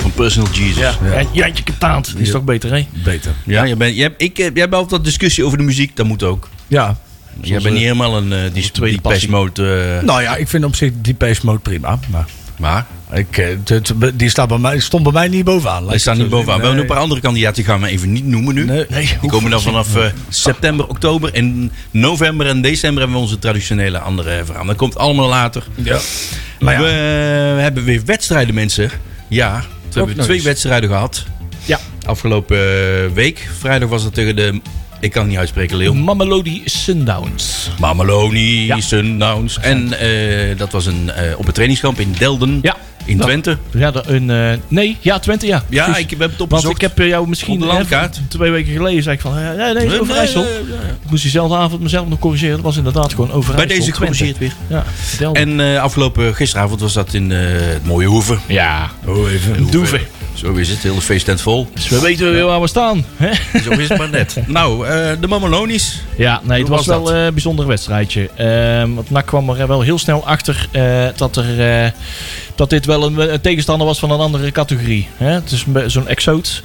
Speaker 2: Van Personal Jesus. Ja,
Speaker 4: Ja. Jantje Ketaand. Die is toch beter, hè?
Speaker 3: Beter.
Speaker 2: jij, bent, jij, ik, eh, jij hebt altijd dat discussie over de muziek. Dat moet ook.
Speaker 3: Ja.
Speaker 2: Jij bent niet helemaal een eh, die,
Speaker 4: tweede
Speaker 2: die Depeche
Speaker 4: passie.
Speaker 2: Mode. eh,
Speaker 3: Nou ja, ik vind op zich Depeche Mode prima. Maar
Speaker 2: maar
Speaker 3: ik, eh, het- het- die staat bij mij, stond bij mij niet bovenaan.
Speaker 2: hij staat niet bovenaan. We hebben een paar andere kandidaten. Die gaan we even niet noemen nu.
Speaker 3: Nee. Nee,
Speaker 2: die komen dan vanaf eh, september, oktober. En november en december hebben we onze traditionele andere eh, verhaal. Dat komt allemaal later.
Speaker 3: Ja.
Speaker 2: Maar we hebben weer wedstrijden, mensen. Ja, we hebben
Speaker 3: nog
Speaker 2: twee
Speaker 3: eens.
Speaker 2: wedstrijden gehad.
Speaker 4: Ja.
Speaker 2: Afgelopen eh, week. Vrijdag was het tegen de... Ik kan het niet uitspreken, Leeuw.
Speaker 4: Mamelody Sundowns.
Speaker 2: Mameloni,
Speaker 4: Mm-hmm. Ja.
Speaker 2: Sundowns. En eh, dat was een, eh, op het trainingskamp in Delden.
Speaker 4: Ja.
Speaker 2: In Twente.
Speaker 4: Ja, dat- een, eh, nee, ja, Twente, ja.
Speaker 2: Ja,
Speaker 4: Precies.
Speaker 2: ik heb het
Speaker 4: Want
Speaker 2: opgezocht.
Speaker 4: ik heb eh, jou misschien
Speaker 2: Op de
Speaker 4: hè,
Speaker 2: landkaart.
Speaker 4: van twee weken geleden zei ik van, eh, nee, nee, Overijssel.
Speaker 2: eh,
Speaker 4: Ik moest diezelfde avond mezelf nog corrigeren. Dat was inderdaad gewoon Overijssel.
Speaker 2: Bij deze
Speaker 4: Twente.
Speaker 2: gecorrigeerd weer.
Speaker 4: Ja, vertel.
Speaker 2: En eh, afgelopen gisteravond was dat in eh, het mooie Hoeve.
Speaker 4: ja,
Speaker 2: Oh, even.
Speaker 4: Doeve.
Speaker 2: Zo is het, heel de feesttent vol.
Speaker 4: dus we weten weer waar we staan. Hè?
Speaker 2: Zo is het maar net. Nou, eh, de Mamelonies.
Speaker 4: Ja, nee, het
Speaker 2: Hoe
Speaker 4: was,
Speaker 2: was
Speaker 4: wel
Speaker 2: dat?
Speaker 4: eh, een bijzonder wedstrijdje. Ehm, want NAC kwam er eh, wel heel snel achter eh, dat, er, eh, dat dit wel een, eh, tegenstander was van een andere categorie. Hè? Het is een be- zo'n exoot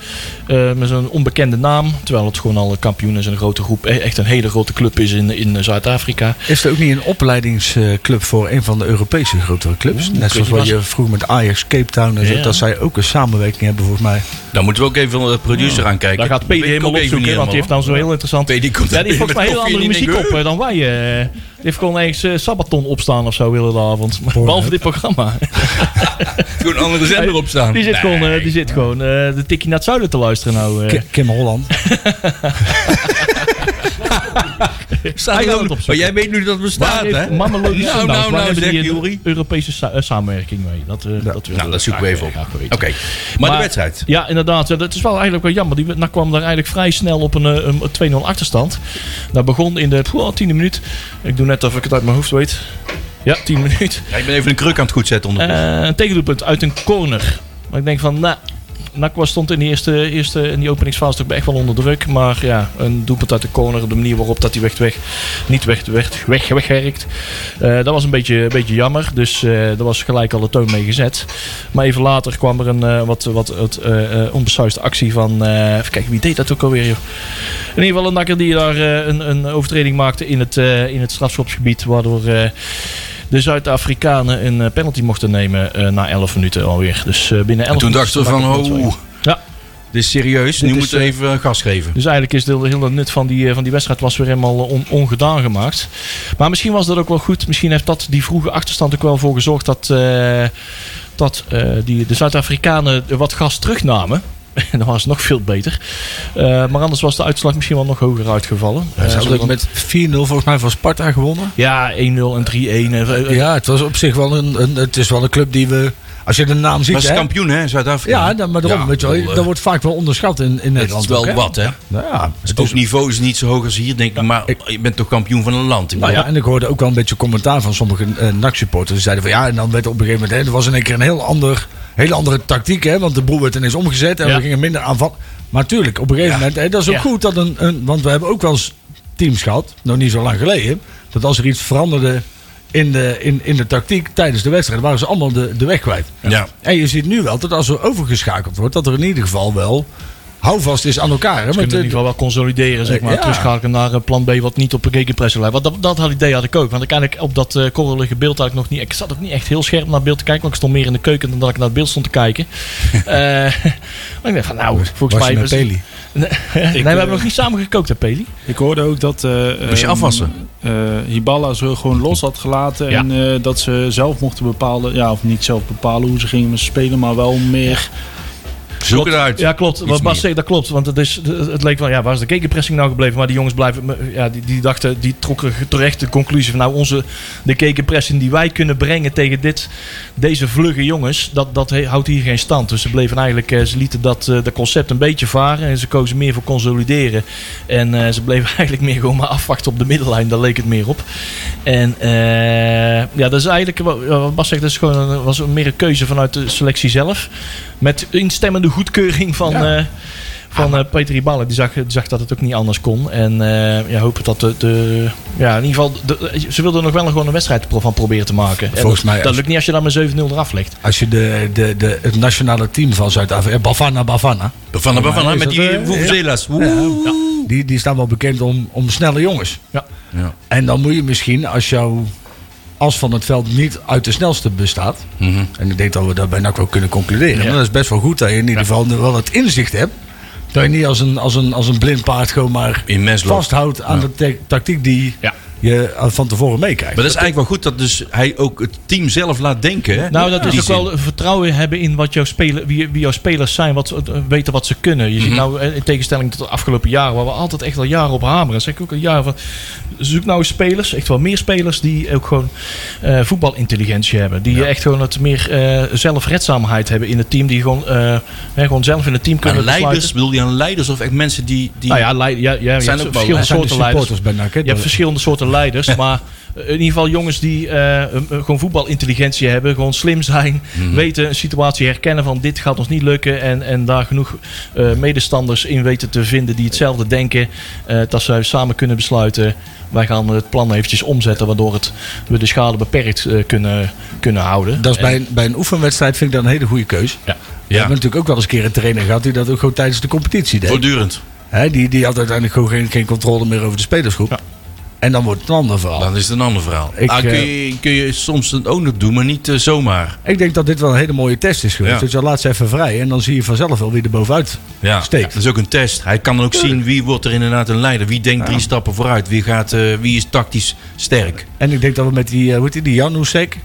Speaker 4: eh, met zo'n onbekende naam. Terwijl het gewoon al een kampioen is, een grote groep. e- Echt een hele grote club is in, in eh, Zuid-Afrika.
Speaker 3: Is er ook niet een opleidingsclub voor een van de Europese grotere clubs? Net zoals wat je vroeg met Ajax, Cape Town en zo.
Speaker 4: Ja.
Speaker 3: Dat zij ook een samenwerking hebben volgens mij.
Speaker 2: Dan moeten we ook even de producer aankijken.
Speaker 4: Daar gaat PD
Speaker 2: Weet ik
Speaker 4: helemaal
Speaker 2: ook even
Speaker 4: opzoeken,
Speaker 2: niet
Speaker 4: want die
Speaker 2: helemaal,
Speaker 4: heeft dan zo'n heel interessant...
Speaker 2: hoor. PD komt
Speaker 4: Ja,
Speaker 2: daar
Speaker 4: die heeft
Speaker 2: binnen
Speaker 4: volgens mij
Speaker 2: met
Speaker 4: heel andere
Speaker 2: koffie in
Speaker 4: muziek
Speaker 2: de
Speaker 4: op
Speaker 2: geur.
Speaker 4: eh, dan wij. eh. die heeft gewoon ergens eh, Sabaton opstaan of zo, willen de avond. Maar Behalve dit programma.
Speaker 2: Gewoon een andere zender op staan.
Speaker 4: Die zit
Speaker 2: Nee.
Speaker 4: gewoon, eh, die zit gewoon eh, de tikkie naar het zuiden te luisteren nou. eh.
Speaker 3: Ki- Kim Holland.
Speaker 2: Staat
Speaker 4: Hij
Speaker 2: er
Speaker 4: gaat
Speaker 2: ook-
Speaker 4: het opzoeken.
Speaker 2: Maar jij weet nu dat het bestaat,
Speaker 4: Waar
Speaker 2: hè?
Speaker 4: heeft Mamelodi
Speaker 2: Nou,
Speaker 4: Sundowns,
Speaker 2: nou,
Speaker 4: waar
Speaker 2: nou,
Speaker 4: hebben
Speaker 2: zegt
Speaker 4: die een
Speaker 2: Jury.
Speaker 4: Europese sa- eh, samenwerking mee. Dat, eh, dat, willen
Speaker 2: Nou, dat zoeken we even
Speaker 4: graag-
Speaker 2: op.
Speaker 4: eh, graag
Speaker 2: Oké.
Speaker 4: weten.
Speaker 2: Maar de wedstrijd.
Speaker 4: Ja, inderdaad. Ja, dat is wel eigenlijk wel jammer. Die NAC kwam daar eigenlijk vrij snel op een, eh, een 2-0 achterstand. Dat begon in de poeh, tiende minuut. Ik doe net alsof ik het uit mijn hoofd weet. Ja, tien minuut.
Speaker 2: Ja, ik ben even een kruk aan het goed zetten onder.
Speaker 4: Eh, een tegendoelpunt uit een corner. Maar ik denk van, nou, NAC was, stond in, die eerste, eerste, in die openingsfase toch echt wel onder druk. Maar ja, een doelpunt uit de corner, de manier waarop dat hij weg, weg, niet weg, weg, weg, wegwerkt. eh, dat was een beetje, een beetje jammer. Dus eh daar was gelijk al de toon mee gezet. Maar even later kwam er een eh, wat, wat, wat eh, eh, onbesuisde actie van... eh even kijken, wie deed dat ook alweer? Joh? In ieder geval een nakker die daar eh, een, een overtreding maakte in het, eh, in het strafschopsgebied. Waardoor... eh, de Zuid-Afrikanen een eh, penalty mochten nemen eh, na 11 minuten alweer. Dus eh, binnen 11
Speaker 2: En toen
Speaker 4: minuten
Speaker 2: dachten we
Speaker 4: stak
Speaker 2: van,
Speaker 4: het 0-2.
Speaker 2: oh,
Speaker 4: Ja.
Speaker 2: dit is serieus.
Speaker 4: Dit
Speaker 2: Nu
Speaker 4: is,
Speaker 2: moeten we
Speaker 4: eh,
Speaker 2: even eh, gas geven.
Speaker 4: Dus eigenlijk is de hele nut van die, eh, van die wedstrijd was weer helemaal eh, on- ongedaan gemaakt. Maar misschien was dat ook wel goed. Misschien heeft dat die vroege achterstand ook wel voor gezorgd dat, eh, dat eh, die, de Zuid-Afrikanen wat gas terugnamen. En dan was het nog veel beter. Eh, maar anders was de uitslag misschien wel nog hoger uitgevallen. Eh,
Speaker 3: Ze hadden ook
Speaker 4: zodat-
Speaker 3: met 4-0 volgens mij van Sparta gewonnen.
Speaker 4: Ja, 1-0 en 3-1. Eh, eh,
Speaker 3: Ja, het was op zich wel een, een- het is wel een club die we, als je de naam ziet,
Speaker 2: Was
Speaker 3: hè,
Speaker 2: kampioen, hè, Zuid-Afrika?
Speaker 3: ja, dan, maar daarom,
Speaker 2: Ja,
Speaker 3: weet je
Speaker 2: ik
Speaker 3: wel,
Speaker 2: bedoel,
Speaker 3: dat
Speaker 2: eh,
Speaker 3: wordt vaak wel onderschat in, in
Speaker 2: Het
Speaker 3: Nederland.
Speaker 2: is
Speaker 3: ook,
Speaker 2: wel
Speaker 3: hè.
Speaker 2: wat, hè?
Speaker 3: Nou ja, het
Speaker 2: Ook
Speaker 3: is,
Speaker 2: niveau is niet zo hoog als hier, denk ik. Maar je bent toch kampioen van een land? Ik
Speaker 3: nou ja,
Speaker 2: bedoel,
Speaker 3: en ik hoorde ook wel een beetje commentaar van sommige eh, NAC-supporters. Die zeiden van ja, en dan werd op een gegeven moment, hè, er was in één keer een heel ander, hele andere tactiek, hè, want de broer werd ineens omgezet en
Speaker 4: Ja.
Speaker 3: we gingen minder aanvallen. Maar tuurlijk, op een gegeven
Speaker 2: Ja.
Speaker 3: moment, hè, dat is ook
Speaker 4: Ja.
Speaker 3: goed dat een, een, want we hebben ook wel eens teams gehad, nog niet zo lang geleden, dat als er iets veranderde in de, in, in de tactiek tijdens de wedstrijd, waren ze allemaal de, de weg kwijt.
Speaker 2: Ja.
Speaker 3: En je ziet nu wel dat als er overgeschakeld wordt, dat er in ieder geval wel houvast is aan elkaar. Hè?
Speaker 4: Ze
Speaker 3: Want,
Speaker 4: kunnen in ieder geval wel consolideren, zeg maar.
Speaker 3: Ja.
Speaker 4: Terugschakelen naar eh, plan B, wat niet op een rekenpressor lijkt. Want dat, dat had idee had ik ook. Want ik eigenlijk op dat eh korrelige beeld had ik nog niet... Ik zat ook niet echt heel scherp naar het beeld te kijken. Want ik stond meer in de keuken dan dat ik naar het beeld stond te kijken. Eh, maar ik dacht van, nou, volgens
Speaker 3: was je
Speaker 4: mij...
Speaker 3: met
Speaker 4: was-
Speaker 3: Peli? eh,
Speaker 4: Nee, we hebben nog niet samen gekookt, hè, Peli?
Speaker 5: Ik hoorde ook dat... eh,
Speaker 2: Moest je
Speaker 5: ehm,
Speaker 2: afwassen?
Speaker 5: eh, Hibala ze gewoon los had gelaten.
Speaker 4: Ja.
Speaker 5: En eh, dat ze zelf mochten bepalen... Ja, of niet zelf bepalen hoe ze gingen spelen. Maar wel meer...
Speaker 2: Zoek het uit.
Speaker 4: Ja, klopt. Wat Bas
Speaker 2: meer.
Speaker 4: zegt, dat klopt. Want het, is, het leek wel, ja, waar is de kekenpressing nou gebleven? Maar die jongens blijven, ja, die, die dachten, die trokken terecht de conclusie van, nou, onze, de kekenpressing die wij kunnen brengen tegen dit, deze vlugge jongens, dat, dat he- houdt hier geen stand. Dus ze bleven eigenlijk, eh, ze lieten dat, eh, dat concept een beetje varen en ze kozen meer voor consolideren. En eh, ze bleven eigenlijk meer gewoon maar afwachten op de middenlijn, daar leek het meer op. En eh, ja, dat is eigenlijk, wat- wat Bas zegt, dat is gewoon een, was meer een keuze vanuit de selectie zelf. Met instemmende goedkeuring van, eh van eh, Peter Ibala. Die zag, die zag dat het ook niet anders kon. En eh ja, hopen dat de, de- Ja, in ieder geval... de- ze wilden nog wel een- gewoon een wedstrijd pro- van proberen te maken. En
Speaker 3: Volgens
Speaker 4: dat,
Speaker 3: mij-
Speaker 4: dat lukt niet als je daar met 7-0 eraf legt.
Speaker 3: Als je de, de, de, het nationale team van Zuid-Afrika, eh, Bavana Bavana,
Speaker 2: Van de van,
Speaker 3: maar is
Speaker 2: met
Speaker 3: dat,
Speaker 2: die
Speaker 3: eh,
Speaker 2: Woevenzela's.
Speaker 3: die, die staan wel bekend om, om snelle jongens.
Speaker 4: Ja.
Speaker 2: Ja.
Speaker 3: En dan moet je misschien, als jouw as van het veld niet uit de snelste bestaat, en ik denk dat we dat bijna ook wel kunnen concluderen,
Speaker 4: Mhm. Ja.
Speaker 3: maar dat is best wel goed dat je in ieder geval wel het inzicht hebt, dat je niet als een, als een, als een blind paard gewoon maar
Speaker 2: Immens loopt.
Speaker 3: vasthoudt aan de ta- tactiek die
Speaker 4: Ja.
Speaker 3: je eh, van tevoren meekrijgt.
Speaker 2: Maar dat is eigenlijk wel goed dat dus hij ook het team zelf laat denken. Hè?
Speaker 4: Nou, dat
Speaker 2: In
Speaker 4: is
Speaker 2: die
Speaker 4: ook
Speaker 2: zin.
Speaker 4: wel vertrouwen hebben in wat jouw speler, wie, wie jouw spelers zijn, wat, ze- weten wat ze kunnen. Je ziet
Speaker 2: Mhm.
Speaker 4: nou, eh, in tegenstelling tot de afgelopen jaren, waar we altijd echt al jaren op hameren. Zeg ik ook al jaren van, zoek nou eens spelers, echt wel meer spelers die ook gewoon eh, voetbalintelligentie hebben. Die echt gewoon het meer eh, zelfredzaamheid hebben in het team. Die gewoon, eh, hè, gewoon zelf in het team
Speaker 2: Aan
Speaker 4: kunnen
Speaker 2: leiders,
Speaker 4: besluiten.
Speaker 2: bedoel je aan leiders of echt mensen die... die
Speaker 4: Nou ja, leid, ja, ja, je hebt
Speaker 2: ook wel-
Speaker 4: verschillende
Speaker 2: zijn
Speaker 4: soorten leiders.
Speaker 3: bij NAC. hè?
Speaker 4: Je hebt
Speaker 3: Nou, Dat-
Speaker 4: verschillende soorten leiders, maar eh, in ieder geval jongens die eh, eh, gewoon voetbalintelligentie hebben, gewoon slim zijn,
Speaker 3: Mhm.
Speaker 4: weten een situatie herkennen van dit gaat ons niet lukken en, en daar genoeg eh, medestanders in weten te vinden die hetzelfde denken, eh, dat ze samen kunnen besluiten, wij gaan het plan eventjes omzetten waardoor het, we de schade beperkt eh, kunnen, kunnen houden.
Speaker 3: Dat is bij,
Speaker 4: En-
Speaker 3: een, bij een oefenwedstrijd vind ik dat een hele goede keus.
Speaker 4: Ja.
Speaker 3: We hebben natuurlijk ook wel eens een keer een trainer gehad die dat ook gewoon tijdens de competitie deed.
Speaker 2: Voortdurend.
Speaker 3: Hè, die, die had uiteindelijk gewoon geen, geen controle meer over de spelersgroep.
Speaker 4: Ja.
Speaker 3: En dan wordt het een ander verhaal.
Speaker 2: Dan is het een ander verhaal.
Speaker 3: Ik,
Speaker 2: ah, kun,
Speaker 3: eh,
Speaker 2: je, kun je soms het ook nog doen, maar niet eh, zomaar.
Speaker 3: Ik denk dat dit wel een hele mooie test is geweest.
Speaker 2: Ja.
Speaker 3: Dus dan laat ze even vrij en dan zie je vanzelf wel wie er bovenuit
Speaker 2: Ja.
Speaker 3: steekt.
Speaker 2: Dat is ook een test. Hij kan dan ook zien wie wordt er inderdaad een leider. Wie denkt drie stappen vooruit. Wie, gaat, eh, wie is tactisch sterk.
Speaker 3: En ik denk dat we met die, eh, hoe heet die, die Jan Hoesek,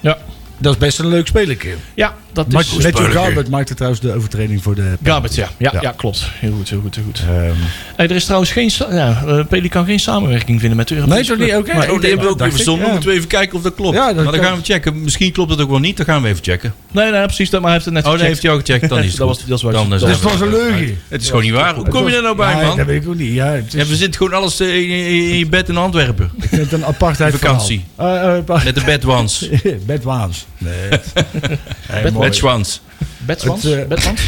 Speaker 4: Ja.
Speaker 3: dat is best een leuk spelerkeer.
Speaker 4: Ja, dat is...
Speaker 3: Matthew Matthew
Speaker 2: spelerkeer.
Speaker 3: Garbert maakte trouwens de overtreding voor de...
Speaker 4: Garbage, ja. Ja,
Speaker 3: Ja.
Speaker 4: ja. klopt. Heel goed, heel goed, heel goed.
Speaker 3: Ehm,
Speaker 4: Hey, er is trouwens geen... sa- Ja, eh, Pelikan geen samenwerking vinden met de Europese
Speaker 3: nee, toch niet?
Speaker 4: club.
Speaker 3: Oké.
Speaker 2: Maar oh, die hebben we ook
Speaker 3: Dacht
Speaker 2: weer
Speaker 3: ik,
Speaker 2: verzonnen.
Speaker 3: ja.
Speaker 2: Moeten we even kijken of dat klopt.
Speaker 3: Ja,
Speaker 2: maar
Speaker 3: dat
Speaker 2: dan
Speaker 3: klopt.
Speaker 2: gaan we checken. Misschien klopt het ook wel niet. Dan gaan we even checken.
Speaker 4: Nee, nee, precies. Dat, maar hij heeft het net
Speaker 2: Oh, dat
Speaker 4: gecheckt.
Speaker 2: heeft hij al gecheckt. Dan is het
Speaker 4: Dat
Speaker 2: goed.
Speaker 4: was- dat is waar.
Speaker 2: Dan, eh,
Speaker 4: Dat
Speaker 2: zijn
Speaker 3: Dus
Speaker 2: we
Speaker 3: het was een
Speaker 2: eruit.
Speaker 3: leugen.
Speaker 2: Het is gewoon niet waar. Hoe kom je daar nou bij,
Speaker 3: Ja,
Speaker 2: man?
Speaker 3: Dat weet ik ook niet. Ja, het
Speaker 2: Ja,
Speaker 3: is
Speaker 2: we zitten gewoon alles eh, in, in- in je bed in Antwerpen.
Speaker 3: ik vind het een apartheid
Speaker 2: Vakantie.
Speaker 3: verhaal. Eh, eh, pa-
Speaker 2: Met de bedwans.
Speaker 3: Bed Waans. Nee. Hey,
Speaker 4: Bed-
Speaker 3: mooi.
Speaker 2: Met zwans.
Speaker 4: Bedwans?
Speaker 3: Het, eh,
Speaker 4: Bedwans?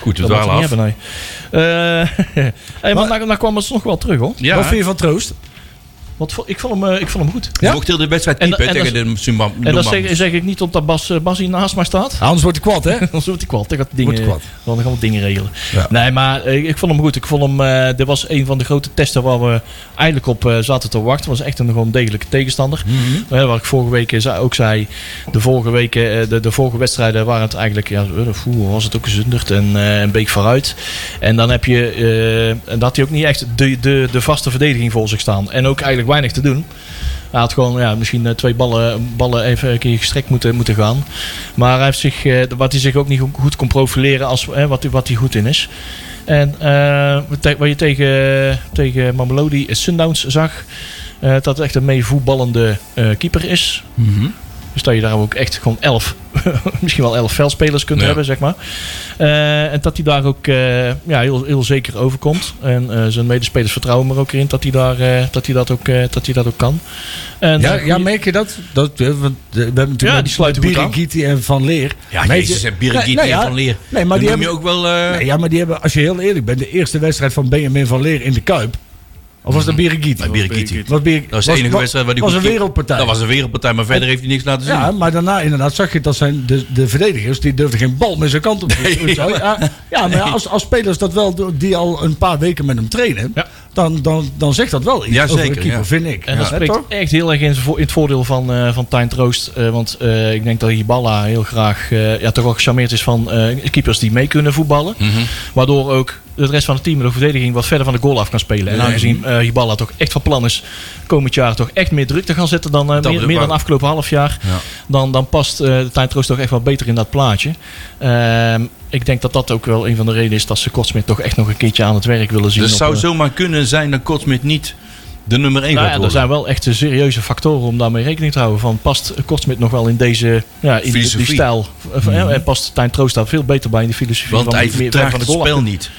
Speaker 2: Goed, we
Speaker 4: Dat
Speaker 2: dwalen
Speaker 4: moeten we
Speaker 2: af.
Speaker 4: niet hebben, nee. Eh, hey, maar daar, daar kwam het nog wel terug, hoor.
Speaker 3: Wat
Speaker 2: Ja,
Speaker 3: vind je van troost?
Speaker 4: Want vo- ik, vond hem, eh, ik vond hem goed.
Speaker 2: je mocht heel de wedstrijd
Speaker 4: En-
Speaker 2: typen
Speaker 4: en
Speaker 2: tegen de Zimbab-
Speaker 4: En dat
Speaker 2: Zimbabwe.
Speaker 4: zeg, zeg ik niet omdat Bas, eh, Bas hier naast mij staat.
Speaker 3: Anders wordt hij kwad, hè?
Speaker 4: Dan wordt hij kwad. Dan gaat hij
Speaker 3: Wordt
Speaker 4: dingen,
Speaker 3: hij
Speaker 4: dan
Speaker 3: kwad.
Speaker 4: gaan we dingen regelen.
Speaker 3: Ja.
Speaker 4: Nee, maar eh, ik vond hem goed. Ik vond hem, eh dit was een van de grote testen waar we eigenlijk op eh, zaten te wachten. was echt een gewoon degelijke tegenstander.
Speaker 3: Mhm.
Speaker 4: Eh, wat ik vorige week eh, zei- ook zei. De vorige, weken, eh, de, de vorige wedstrijden waren het eigenlijk... Ja, eh, hoe was het ook gezunderd en eh, een beek vooruit. En dan heb je... eh, en dat had hij ook niet echt de, de, de vaste verdediging voor zich staan. En ook eigenlijk weinig te doen. Hij had gewoon ja, misschien eh, twee ballen, ballen even een keer gestrekt moeten, moeten gaan. Maar hij heeft zich, eh, wat hij zich ook niet goed kon profileren als eh, wat, hij- wat hij goed in is. En eh, wat te- wat je tegen, tegen Mamelodi Sundowns zag, eh, dat het echt een meevoetballende eh, keeper is.
Speaker 2: Mhm.
Speaker 4: Dus dat je daar ook echt gewoon elf, misschien wel elf veldspelers kunt
Speaker 2: Ja.
Speaker 4: hebben, zeg maar. Eh, en dat hij daar ook eh, ja, heel, heel zeker overkomt. En eh, zijn medespelers vertrouwen er ook in dat hij, daar, eh, dat, hij dat, ook, eh, dat hij dat ook kan. En,
Speaker 3: Ja,
Speaker 4: eh,
Speaker 3: ja, merk je dat? dat eh, want, eh, we hebben natuurlijk
Speaker 4: Ja,
Speaker 3: met
Speaker 4: die sluiten goed aan.
Speaker 3: Birigiti en Van Leer.
Speaker 2: Ja,
Speaker 3: Merk
Speaker 2: Jezus
Speaker 3: je-
Speaker 2: en Birgit
Speaker 3: Nee, nee, ja.
Speaker 2: en Van Leer.
Speaker 3: Nee, maar
Speaker 2: Dan
Speaker 3: die
Speaker 2: noem je
Speaker 3: hebben,
Speaker 2: ook wel... eh,
Speaker 3: nee, ja, maar die hebben, als je heel eerlijk bent, de eerste wedstrijd van Benjamin Van Leer in de Kuip. Of was dat Birigiti?
Speaker 2: maar Mhm. Birgit.
Speaker 3: Was Birig-
Speaker 2: Dat is de
Speaker 3: was-
Speaker 2: enige
Speaker 3: wa-
Speaker 2: wedstrijd waar die
Speaker 3: was
Speaker 2: goed
Speaker 3: een
Speaker 2: keek.
Speaker 3: wereldpartij.
Speaker 2: Dat was een wereldpartij, maar verder heeft hij niks laten zien.
Speaker 3: Ja, maar daarna inderdaad zag je dat zijn de, de verdedigers die durfden geen bal meer zijn kant op. te doen. ja, ja, maar als, als spelers dat wel doen, die al een paar weken met hem trainen,
Speaker 4: Ja.
Speaker 3: dan, dan, dan zegt dat wel iets
Speaker 2: Ja,
Speaker 3: over een
Speaker 2: zeker,
Speaker 3: keeper,
Speaker 2: ja.
Speaker 3: vind ik.
Speaker 4: En dat
Speaker 3: Ja,
Speaker 4: spreekt
Speaker 3: toch?
Speaker 4: echt heel erg in, het vo- in het voordeel van, eh van Tijn Troost. Eh, want eh, ik denk dat Hiballa heel graag eh, ja, toch wel gecharmeerd is van eh, keepers die mee kunnen voetballen.
Speaker 2: Mhm.
Speaker 4: Waardoor ook de rest van het team en de verdediging wat verder van de goal af kan spelen. En aangezien eh Hiballa toch echt van plan is komend jaar toch echt meer druk te gaan zetten dan eh,
Speaker 2: Dat
Speaker 4: meer,
Speaker 2: ook
Speaker 4: meer dan
Speaker 2: wel.
Speaker 4: afgelopen half jaar.
Speaker 2: Ja.
Speaker 4: Dan, dan past eh Tijn Troost toch echt wel beter in dat plaatje. Ehm, ik denk dat dat ook wel een van de redenen is dat ze Kortsmit toch echt nog een keertje aan het werk willen zien.
Speaker 2: Dus het
Speaker 4: op,
Speaker 2: zou
Speaker 4: eh,
Speaker 2: zomaar kunnen zijn dat Kotsmit niet de nummer 1
Speaker 4: nou
Speaker 2: gaat
Speaker 4: ja, er
Speaker 2: worden.
Speaker 4: zijn wel echt eh, serieuze factoren om daarmee rekening te houden. Van past Kortsmit nog wel in deze ja, in die- die
Speaker 2: Filosofie.
Speaker 4: stijl? Of, eh,
Speaker 3: Mhm.
Speaker 4: En past Tijn Troost daar veel beter bij in de filosofie
Speaker 2: Want
Speaker 4: van,
Speaker 2: hij
Speaker 4: die- meer-
Speaker 2: vertraagt
Speaker 4: van
Speaker 2: het
Speaker 4: de goal
Speaker 2: spel
Speaker 4: achter.
Speaker 2: niet.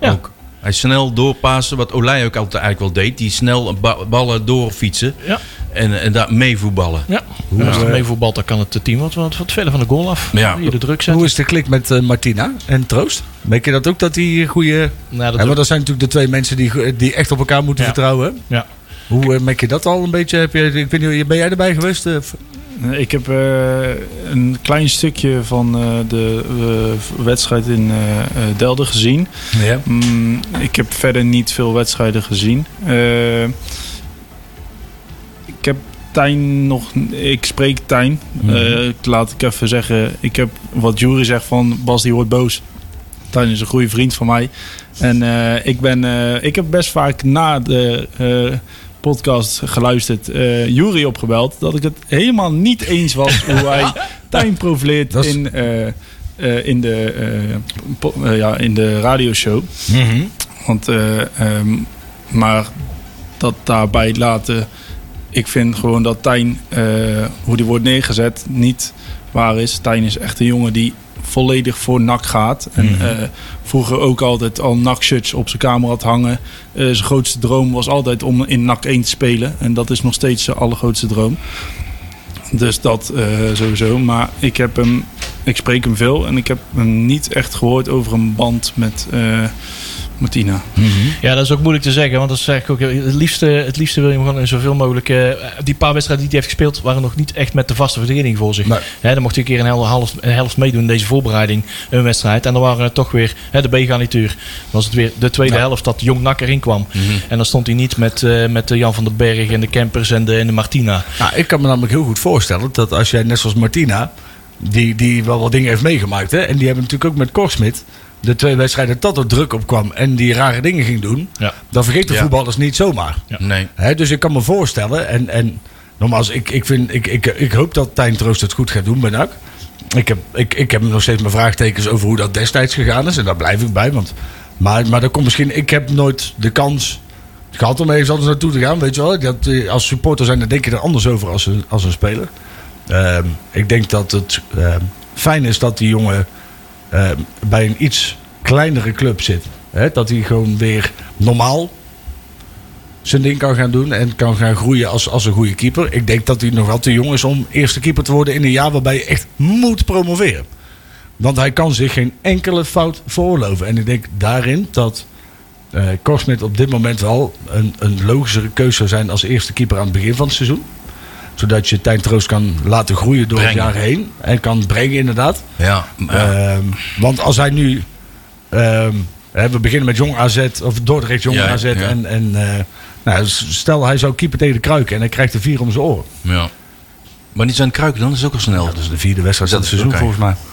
Speaker 4: Ja.
Speaker 2: Ook. Hij snel doorpassen, wat Olij ook altijd eigenlijk wel deed. Die snel ba- ballen doorfietsen
Speaker 4: Ja.
Speaker 2: en, en daar mee voetballen.
Speaker 4: Ja. En als er mee voetbalt, dan kan het team wat, wat, wat verder van de goal af.
Speaker 2: Ja.
Speaker 4: Hier de druk
Speaker 3: Hoe
Speaker 4: zetten.
Speaker 3: is de klik met eh, Martina en Troost? Merk je dat ook dat die goede...
Speaker 4: Nou, dat
Speaker 3: Ja, want dat zijn natuurlijk de twee mensen die, go- die echt op elkaar moeten
Speaker 4: Ja.
Speaker 3: vertrouwen.
Speaker 4: Ja.
Speaker 3: Hoe eh, merk je dat al een beetje? Heb je, ik weet niet, ben jij erbij geweest? eh, v-
Speaker 5: Eh, Ik heb eh, een klein stukje van eh, de eh, wedstrijd in eh, eh, Delden gezien.
Speaker 3: Ja.
Speaker 5: Mm, ik heb verder niet veel wedstrijden gezien. Eh, ik heb Tijn nog. Ik spreek Tijn.
Speaker 3: Mhm.
Speaker 5: Eh, ik- laat ik even zeggen. Ik heb wat Jury zegt van Bas, die wordt boos. Tijn is een goede vriend van mij. En eh, ik ben. eh, ik heb best vaak na de. eh, podcast geluisterd, eh Jury opgebeld, dat ik het helemaal niet eens was hoe hij Tijn profileert
Speaker 3: Dat is-
Speaker 5: in, eh, eh, in, de, eh, po- eh, ja, in de radioshow. Want, eh, ehm, maar dat daarbij laten. Ik vind gewoon dat Tijn, eh, hoe die wordt neergezet, niet waar is. Tijn is echt een jongen die volledig voor nak gaat. En eh, vroeger ook altijd al NAC-shirts op zijn kamer had hangen. Eh, zijn grootste droom was altijd om in NAC 1 te spelen. En dat is nog steeds zijn allergrootste droom. Dus dat eh, sowieso. Maar ik heb hem, ik spreek hem veel en ik heb hem niet echt gehoord over een band met eh Martina.
Speaker 4: Ja, dat is ook moeilijk te zeggen. Want dat is eigenlijk ook, het, liefste, het liefste wil je hem gewoon in zoveel mogelijk. eh, die paar wedstrijden die hij heeft gespeeld waren nog niet echt met de vaste verdediging voor zich.
Speaker 3: Nee.
Speaker 4: Hè, dan mocht hij een keer een hel- half, een helft meedoen in deze voorbereiding. Een wedstrijd. En dan waren het toch weer hè, de B-garnituur. Dan was het weer de tweede helft dat Jong Nak erin kwam.
Speaker 3: Mhm.
Speaker 4: En dan stond hij niet met, eh, met eh, Jan van den Berg en de Kempers en de, en de Martina.
Speaker 3: Nou, ik kan me namelijk heel goed voorstellen dat als jij, net zoals Martina, die, die wel wat dingen heeft meegemaakt, hè, en die hebben natuurlijk ook met Korsmit de twee wedstrijden dat er druk op kwam en die rare dingen ging doen,
Speaker 4: Ja.
Speaker 3: dan vergeet de
Speaker 2: Ja.
Speaker 3: voetballers niet zomaar.
Speaker 2: Nee.
Speaker 3: Hè, dus ik kan me voorstellen, en, en nogmaals, ik, ik, vind, ik, ik, ik hoop dat Tijn Troost het goed gaat doen bij NAC. Ik heb, ik, ik heb nog steeds mijn vraagtekens over hoe dat destijds gegaan is. En daar blijf ik bij. Want, maar, maar dat komt misschien... Ik heb nooit de kans gehad om ergens anders naartoe te gaan. Weet je wel? Dat, eh, als supporter zijn, dan denk je er anders over als een, als een speler. Ehm, ik denk dat het ehm, fijn is dat die jongen ehm, bij een iets kleinere club zit. Hè? Dat hij gewoon weer normaal zijn ding kan gaan doen en kan gaan groeien als, als een goede keeper. Ik denk dat hij nog wel te jong is om eerste keeper te worden in een jaar waarbij je echt moet promoveren. Want hij kan zich geen enkele fout veroorloven. En ik denk daarin dat eh Korsmit op dit moment wel een, een logischere keuze zou zijn als eerste keeper aan het begin van het seizoen. Zodat je Tijn Troost kan laten groeien door
Speaker 2: Brengen.
Speaker 3: het jaar heen. En kan brengen inderdaad.
Speaker 2: Ja. maar-
Speaker 3: Ehm, want als hij nu. ehm, hè, we beginnen met Jong AZ, of Dordrecht Jong
Speaker 2: Ja,
Speaker 3: AZ.
Speaker 2: ja.
Speaker 3: En, en eh, nou, s- stel hij zou keeper tegen de kruiken en hij krijgt er vier om zijn oren.
Speaker 2: ja. Maar niet zijn kruiken, dan is het ook al snel. Dus
Speaker 3: Dat is de vierde wedstrijd van
Speaker 2: Dat
Speaker 3: het
Speaker 2: is
Speaker 3: seizoen
Speaker 2: oké.
Speaker 3: volgens mij.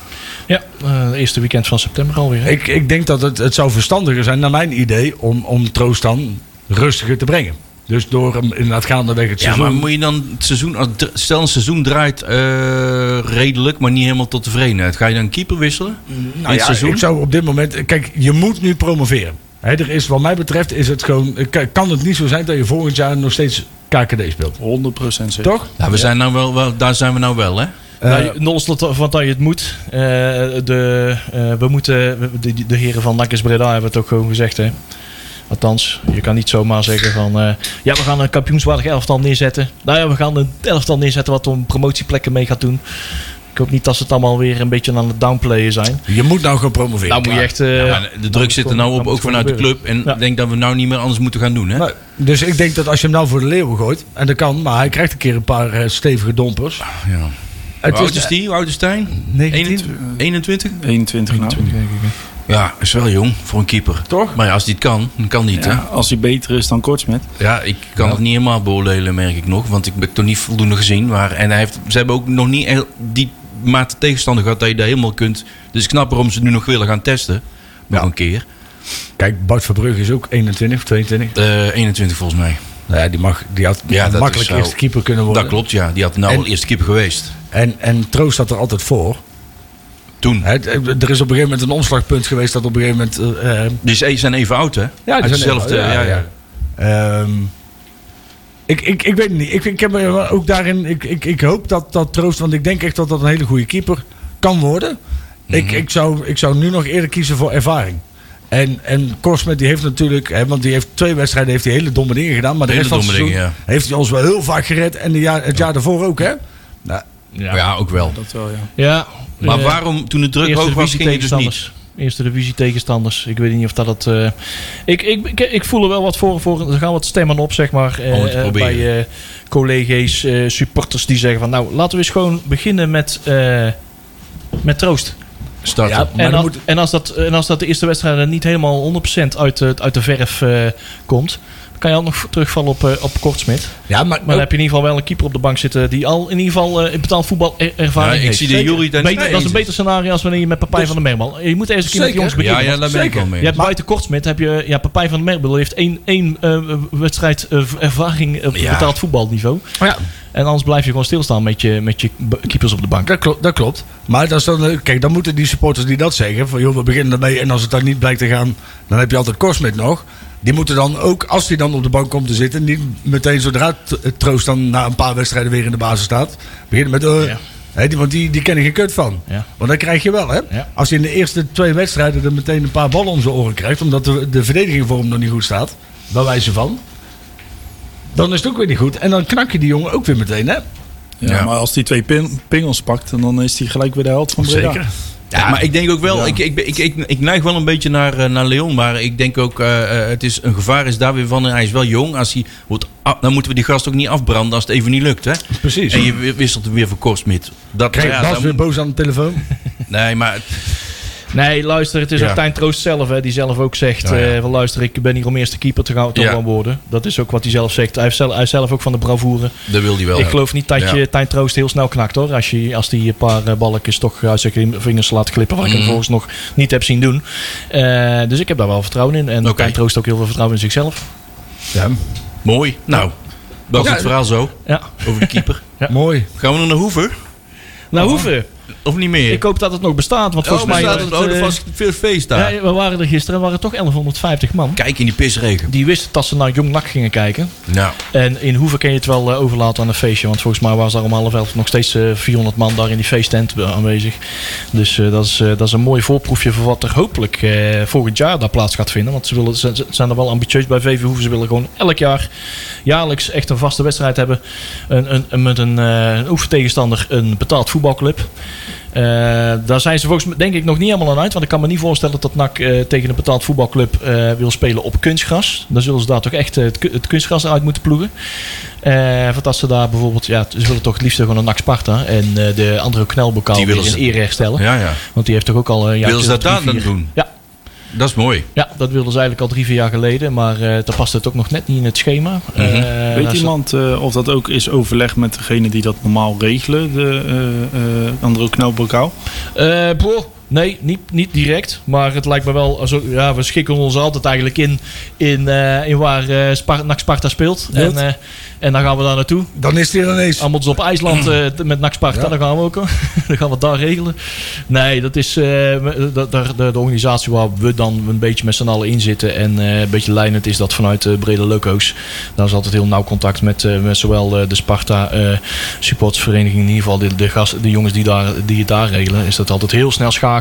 Speaker 4: Ja, eh, eerste weekend van september alweer. hè?
Speaker 3: Ik, ik denk dat het, het zou verstandiger zijn, naar mijn idee, om, om Troost dan rustiger te brengen. Dus door hem inderdaad gaandeweg het
Speaker 2: Ja,
Speaker 3: seizoen.
Speaker 2: maar moet je dan het seizoen, als dr- stel een seizoen draait eh, redelijk, maar niet helemaal tot tevredenheid. Ga je dan een keeper wisselen? in
Speaker 3: Nou
Speaker 2: het
Speaker 3: ja,
Speaker 2: seizoen?
Speaker 3: Ik zou op dit moment. Kijk, je moet nu promoveren. Hè, er is, wat mij betreft is het gewoon, k- kan het niet zo zijn dat je volgend jaar nog steeds KKD speelt.
Speaker 5: 100% zeker.
Speaker 3: Toch?
Speaker 2: Ja, we zijn nou wel, wel- daar zijn we nou wel, hè?
Speaker 4: Nou, je- non-stop van dat je het moet. Eh, de, eh, we moeten, we- de, de heren van Nakkers Breda hebben het ook gewoon gezegd. Hè? Althans, je kan niet zomaar zeggen van... eh, ja, we gaan een kampioenswaardig elftal neerzetten. Nou ja, we gaan een elftal neerzetten wat om promotieplekken mee gaat doen. Ik hoop niet dat ze het allemaal weer een beetje aan het downplayen zijn.
Speaker 3: Je moet nou gaan promoveren.
Speaker 4: Nou moet je echt... eh,
Speaker 2: Ja, maar de druk zit er nou op, ook vanuit de club. En ik
Speaker 4: Ja.
Speaker 2: denk dat we nou niet meer anders moeten gaan doen, hè?
Speaker 3: Nou, dus ik denk dat als je hem nou voor de leeuwen gooit, en dat kan, maar hij krijgt een keer een paar eh, stevige dompers.
Speaker 2: ja.
Speaker 3: Het dus
Speaker 2: Hoe oud is die? Hoe oud is Stijn?
Speaker 3: 19?
Speaker 2: 21?
Speaker 5: 21 nou.
Speaker 2: Ja, is wel jong voor een keeper.
Speaker 3: Toch?
Speaker 2: Maar ja, als die het kan, dan kan die het,
Speaker 5: Ja,
Speaker 2: hè?
Speaker 5: als hij beter is dan Kortsmet.
Speaker 2: Ja, ik kan het niet helemaal beoordelen, merk ik nog. Want ik heb het toch niet voldoende gezien. Maar, en hij heeft, ze hebben ook nog niet heel die mate tegenstander gehad dat je dat helemaal kunt. Dus ik snap waarom ze het nu nog willen gaan testen. Nog een keer.
Speaker 3: Kijk, Bart Verbrugge is ook 21 of 22.
Speaker 2: Eh, 21 volgens mij.
Speaker 3: Nou ja, die, mag, die had
Speaker 2: Ja, dat
Speaker 3: makkelijk
Speaker 2: is zo.
Speaker 3: eerste keeper kunnen worden.
Speaker 2: Dat klopt, ja. Die had nou
Speaker 3: En-
Speaker 2: al eerste keeper geweest.
Speaker 3: En, en Troost zat er altijd voor.
Speaker 2: Toen.
Speaker 3: Hè, d- er is op een gegeven moment een omslagpunt geweest dat op een gegeven moment... eh, eh,
Speaker 2: Dus ze zijn even oud, hè? Uit dezelfde-
Speaker 3: ja, ja, ja. Ehm, ik, ik, ik weet het niet. Ik, ik heb er ook daarin. Ik, ik, ik hoop dat dat troost. Want ik denk echt dat dat een hele goede keeper kan worden.
Speaker 2: Mhm.
Speaker 3: ik, ik, zou, ik zou nu nog eerder kiezen voor ervaring. En, en Korsmet die heeft natuurlijk, hè, want die heeft twee wedstrijden heeft hij hele domme dingen gedaan. Maar de
Speaker 2: Hele
Speaker 3: rest van het
Speaker 2: domme
Speaker 3: seizoen
Speaker 2: dingen,
Speaker 3: heeft hij ons wel heel vaak gered. En de jaar, het jaar daarvoor ook, hè? Nou,
Speaker 2: Ja. ook wel.
Speaker 5: Dat wel, ja.
Speaker 4: ja,
Speaker 2: Maar
Speaker 4: eh,
Speaker 2: waarom, toen de druk
Speaker 4: Eerste
Speaker 2: hoog was,
Speaker 4: divisie
Speaker 2: ging het dus niet?
Speaker 4: tegenstanders. Eerste divisie tegenstanders. Ik weet niet of dat het. eh, ik, ik, ik, ik voel er wel wat voor. voor er gaan wat stemmen op, zeg maar. eh,
Speaker 2: Om het te
Speaker 4: eh,
Speaker 2: Oh, proberen.
Speaker 4: bij eh, collega's, eh, supporters die zeggen van nou, laten we eens gewoon beginnen met, eh, met troost.
Speaker 2: Starten.
Speaker 3: Ja, maar
Speaker 4: En,
Speaker 3: dan
Speaker 4: al-
Speaker 3: moet-
Speaker 4: en, als dat, en als dat de eerste wedstrijd er niet helemaal 100% uit, de- uit de verf eh, komt, kan je ook nog terugvallen op, eh, op Kortsmit.
Speaker 3: Ja, maar,
Speaker 4: Maar dan heb je in ieder geval wel een keeper op de bank zitten die al in ieder geval eh, betaald voetbal er- ervaring
Speaker 2: Ja, ik
Speaker 4: heeft.
Speaker 2: zie de
Speaker 4: Zeker.
Speaker 2: Jury daar niet
Speaker 4: Beter-
Speaker 2: mee
Speaker 4: Dat is een
Speaker 2: eens. Dus-
Speaker 4: beter scenario als wanneer je met Papijn van der Meerbal. Je moet eerst een keer met die
Speaker 3: Zeker.
Speaker 4: jongens beginnen.
Speaker 2: Ja, ja,
Speaker 4: want-
Speaker 2: daar ben ik wel mee.
Speaker 4: je hebt
Speaker 2: eens.
Speaker 4: buiten Kortsmit heb je ja, Papijn van der Meerbal heeft één, één eh, wedstrijd eh, ervaring op
Speaker 2: Ja.
Speaker 4: betaald voetbalniveau.
Speaker 3: ja,
Speaker 4: En anders blijf je gewoon stilstaan met je, met je b- keepers op de bank.
Speaker 3: dat, klopt, dat klopt. Maar dat is dan, eh, kijk, dan moeten die supporters die dat zeggen, van joh, we beginnen ermee en als het dan niet blijkt te gaan, dan heb je altijd Korsmit nog. Die moeten dan ook, als die dan op de bank komt te zitten, niet meteen zodra t- eh, Troost dan na een paar wedstrijden weer in de basis staat, beginnen met, eh,
Speaker 4: Ja.
Speaker 3: hè, die, want die, die kennen geen kut van.
Speaker 4: Ja.
Speaker 3: Want dan krijg je wel, hè?
Speaker 4: Ja.
Speaker 3: Als hij in de eerste twee wedstrijden er meteen een paar ballen om zijn oren krijgt, omdat de, de verdediging voor hem nog niet goed staat, bij wijze van, dan is het ook weer niet goed. En dan knak je die jongen ook weer meteen, hè?
Speaker 5: Ja,
Speaker 2: Ja.
Speaker 5: Maar als hij twee pin- pingels pakt, en dan is hij gelijk weer de helft van Breda.
Speaker 3: Zeker.
Speaker 2: Ja, maar ik denk ook wel,
Speaker 5: Ja.
Speaker 2: ik, ik, ik, ik, ik neig wel een beetje naar, eh, naar Leon. Maar ik denk ook, eh, eh, het is een gevaar is daar weer van. En hij is wel jong. Als hij wordt, af- dan moeten we die gast ook niet afbranden als het even niet lukt. Hè?
Speaker 3: Precies.
Speaker 2: En je wi- wisselt hem weer voor Korsmit. Dat,
Speaker 3: Krijg
Speaker 2: ja,
Speaker 3: Bas
Speaker 2: dan-
Speaker 3: weer boos aan de telefoon?
Speaker 2: Nee, maar
Speaker 4: Nee, luister, het is
Speaker 2: Ja.
Speaker 4: ook Tijn Troost zelf, hè, die zelf ook zegt:
Speaker 2: Nou ja.
Speaker 4: eh, van, luister, ik ben hier om eerst de keeper te gaan toch
Speaker 2: Ja.
Speaker 4: gaan worden. Dat is ook wat hij zelf zegt. Hij heeft zelf, hij is zelf ook van de bravoure.
Speaker 2: dat wil hij wel.
Speaker 4: ik geloof niet dat je
Speaker 2: Ja.
Speaker 4: Tijn Troost heel snel knakt hoor. Als hij als die een paar eh, balkjes toch uit zijn vingers laat glippen, wat ik hem
Speaker 2: Mhm.
Speaker 4: volgens nog niet heb zien doen. Eh, dus ik heb daar wel vertrouwen in. En
Speaker 2: Oké.
Speaker 4: Tijn Troost ook heel veel vertrouwen in zichzelf.
Speaker 3: Ja,
Speaker 2: Mooi. Nou, dat is
Speaker 3: Ja.
Speaker 2: het verhaal zo.
Speaker 4: Ja.
Speaker 2: Over de keeper.
Speaker 3: mooi.
Speaker 2: Gaan we nog naar Hoever?
Speaker 4: Nou, hoeven.
Speaker 2: Of niet meer?
Speaker 4: Ik hoop dat het nog bestaat. Want
Speaker 2: Oh,
Speaker 4: volgens mij.
Speaker 2: bestaat het- oh,
Speaker 4: eh,
Speaker 2: er was veel feest
Speaker 4: ja,
Speaker 2: daar.
Speaker 4: we waren er gisteren, we waren toch 1150 man.
Speaker 2: Kijk in die pisregen.
Speaker 4: Die wisten dat ze naar Jong Nak gingen kijken.
Speaker 2: Nou,
Speaker 4: En in hoeven kan je het wel eh, overlaten aan een feestje. Want volgens mij was daar om half elf nog steeds eh, 400 man daar in die feesttent eh, aanwezig. Dus eh, dat, is, eh, dat is een mooi voorproefje voor wat er hopelijk eh, volgend jaar daar plaats gaat vinden. Want ze, willen, ze, ze zijn er wel ambitieus bij VV Hoeven. Ze willen gewoon elk jaar jaarlijks echt een vaste wedstrijd hebben. Een, een, een- met een, eh, een oefentegenstander, een betaald voetbalclub. Eh, daar zijn ze volgens mij denk ik nog niet helemaal aan uit. Want ik kan me niet voorstellen dat NAC eh, tegen een betaald voetbalclub eh, wil spelen op kunstgras. Dan zullen ze daar toch echt eh, het, ku- het kunstgras uit moeten ploegen. Eh want als ze daar bijvoorbeeld, ja, ze willen toch het liefst gewoon een NAC Sparta en eh, de andere knelbokaal
Speaker 2: Die
Speaker 4: weer
Speaker 2: willen
Speaker 4: in
Speaker 2: ze-
Speaker 4: ere herstellen.
Speaker 2: ja, ja.
Speaker 4: Want die heeft toch ook al een jaar.
Speaker 2: Willen ze dat daar dan
Speaker 4: vier-
Speaker 2: doen?
Speaker 4: Ja,
Speaker 2: Dat is mooi.
Speaker 4: ja, dat wilden ze eigenlijk al drie, vier jaar geleden. Maar eh daar past het ook nog net niet in het schema.
Speaker 2: Mhm.
Speaker 4: Eh,
Speaker 5: Weet
Speaker 4: daar staat-
Speaker 5: iemand eh, of dat ook is overleg met degene die dat normaal regelen, de eh, eh, andere knoopbokaal?
Speaker 4: Eh, boh, nee, niet, niet direct. Maar het lijkt me wel. Alsof, ja, we schikken ons altijd eigenlijk in, in, eh, in waar eh Spar- NAC Sparta speelt. En,
Speaker 3: Wilt.
Speaker 4: eh, en dan gaan we daar naartoe.
Speaker 3: Dan is hij er ineens.
Speaker 4: Allemaal dus op IJsland eh, t- met NAC Sparta,
Speaker 3: Ja.
Speaker 4: dan gaan we ook. hoor. dan gaan we het daar regelen. Nee, dat is eh, we- dat- daar- de, de organisatie waar we dan een beetje met z'n allen in zitten. En eh, een beetje leidend is dat vanuit eh, Brede Loco's. Daar is altijd heel nauw contact met, eh, met zowel eh, de Sparta eh supportersvereniging. In ieder geval de, de, gast, de jongens die, daar, die het daar regelen. Is dat altijd heel snel schakelen.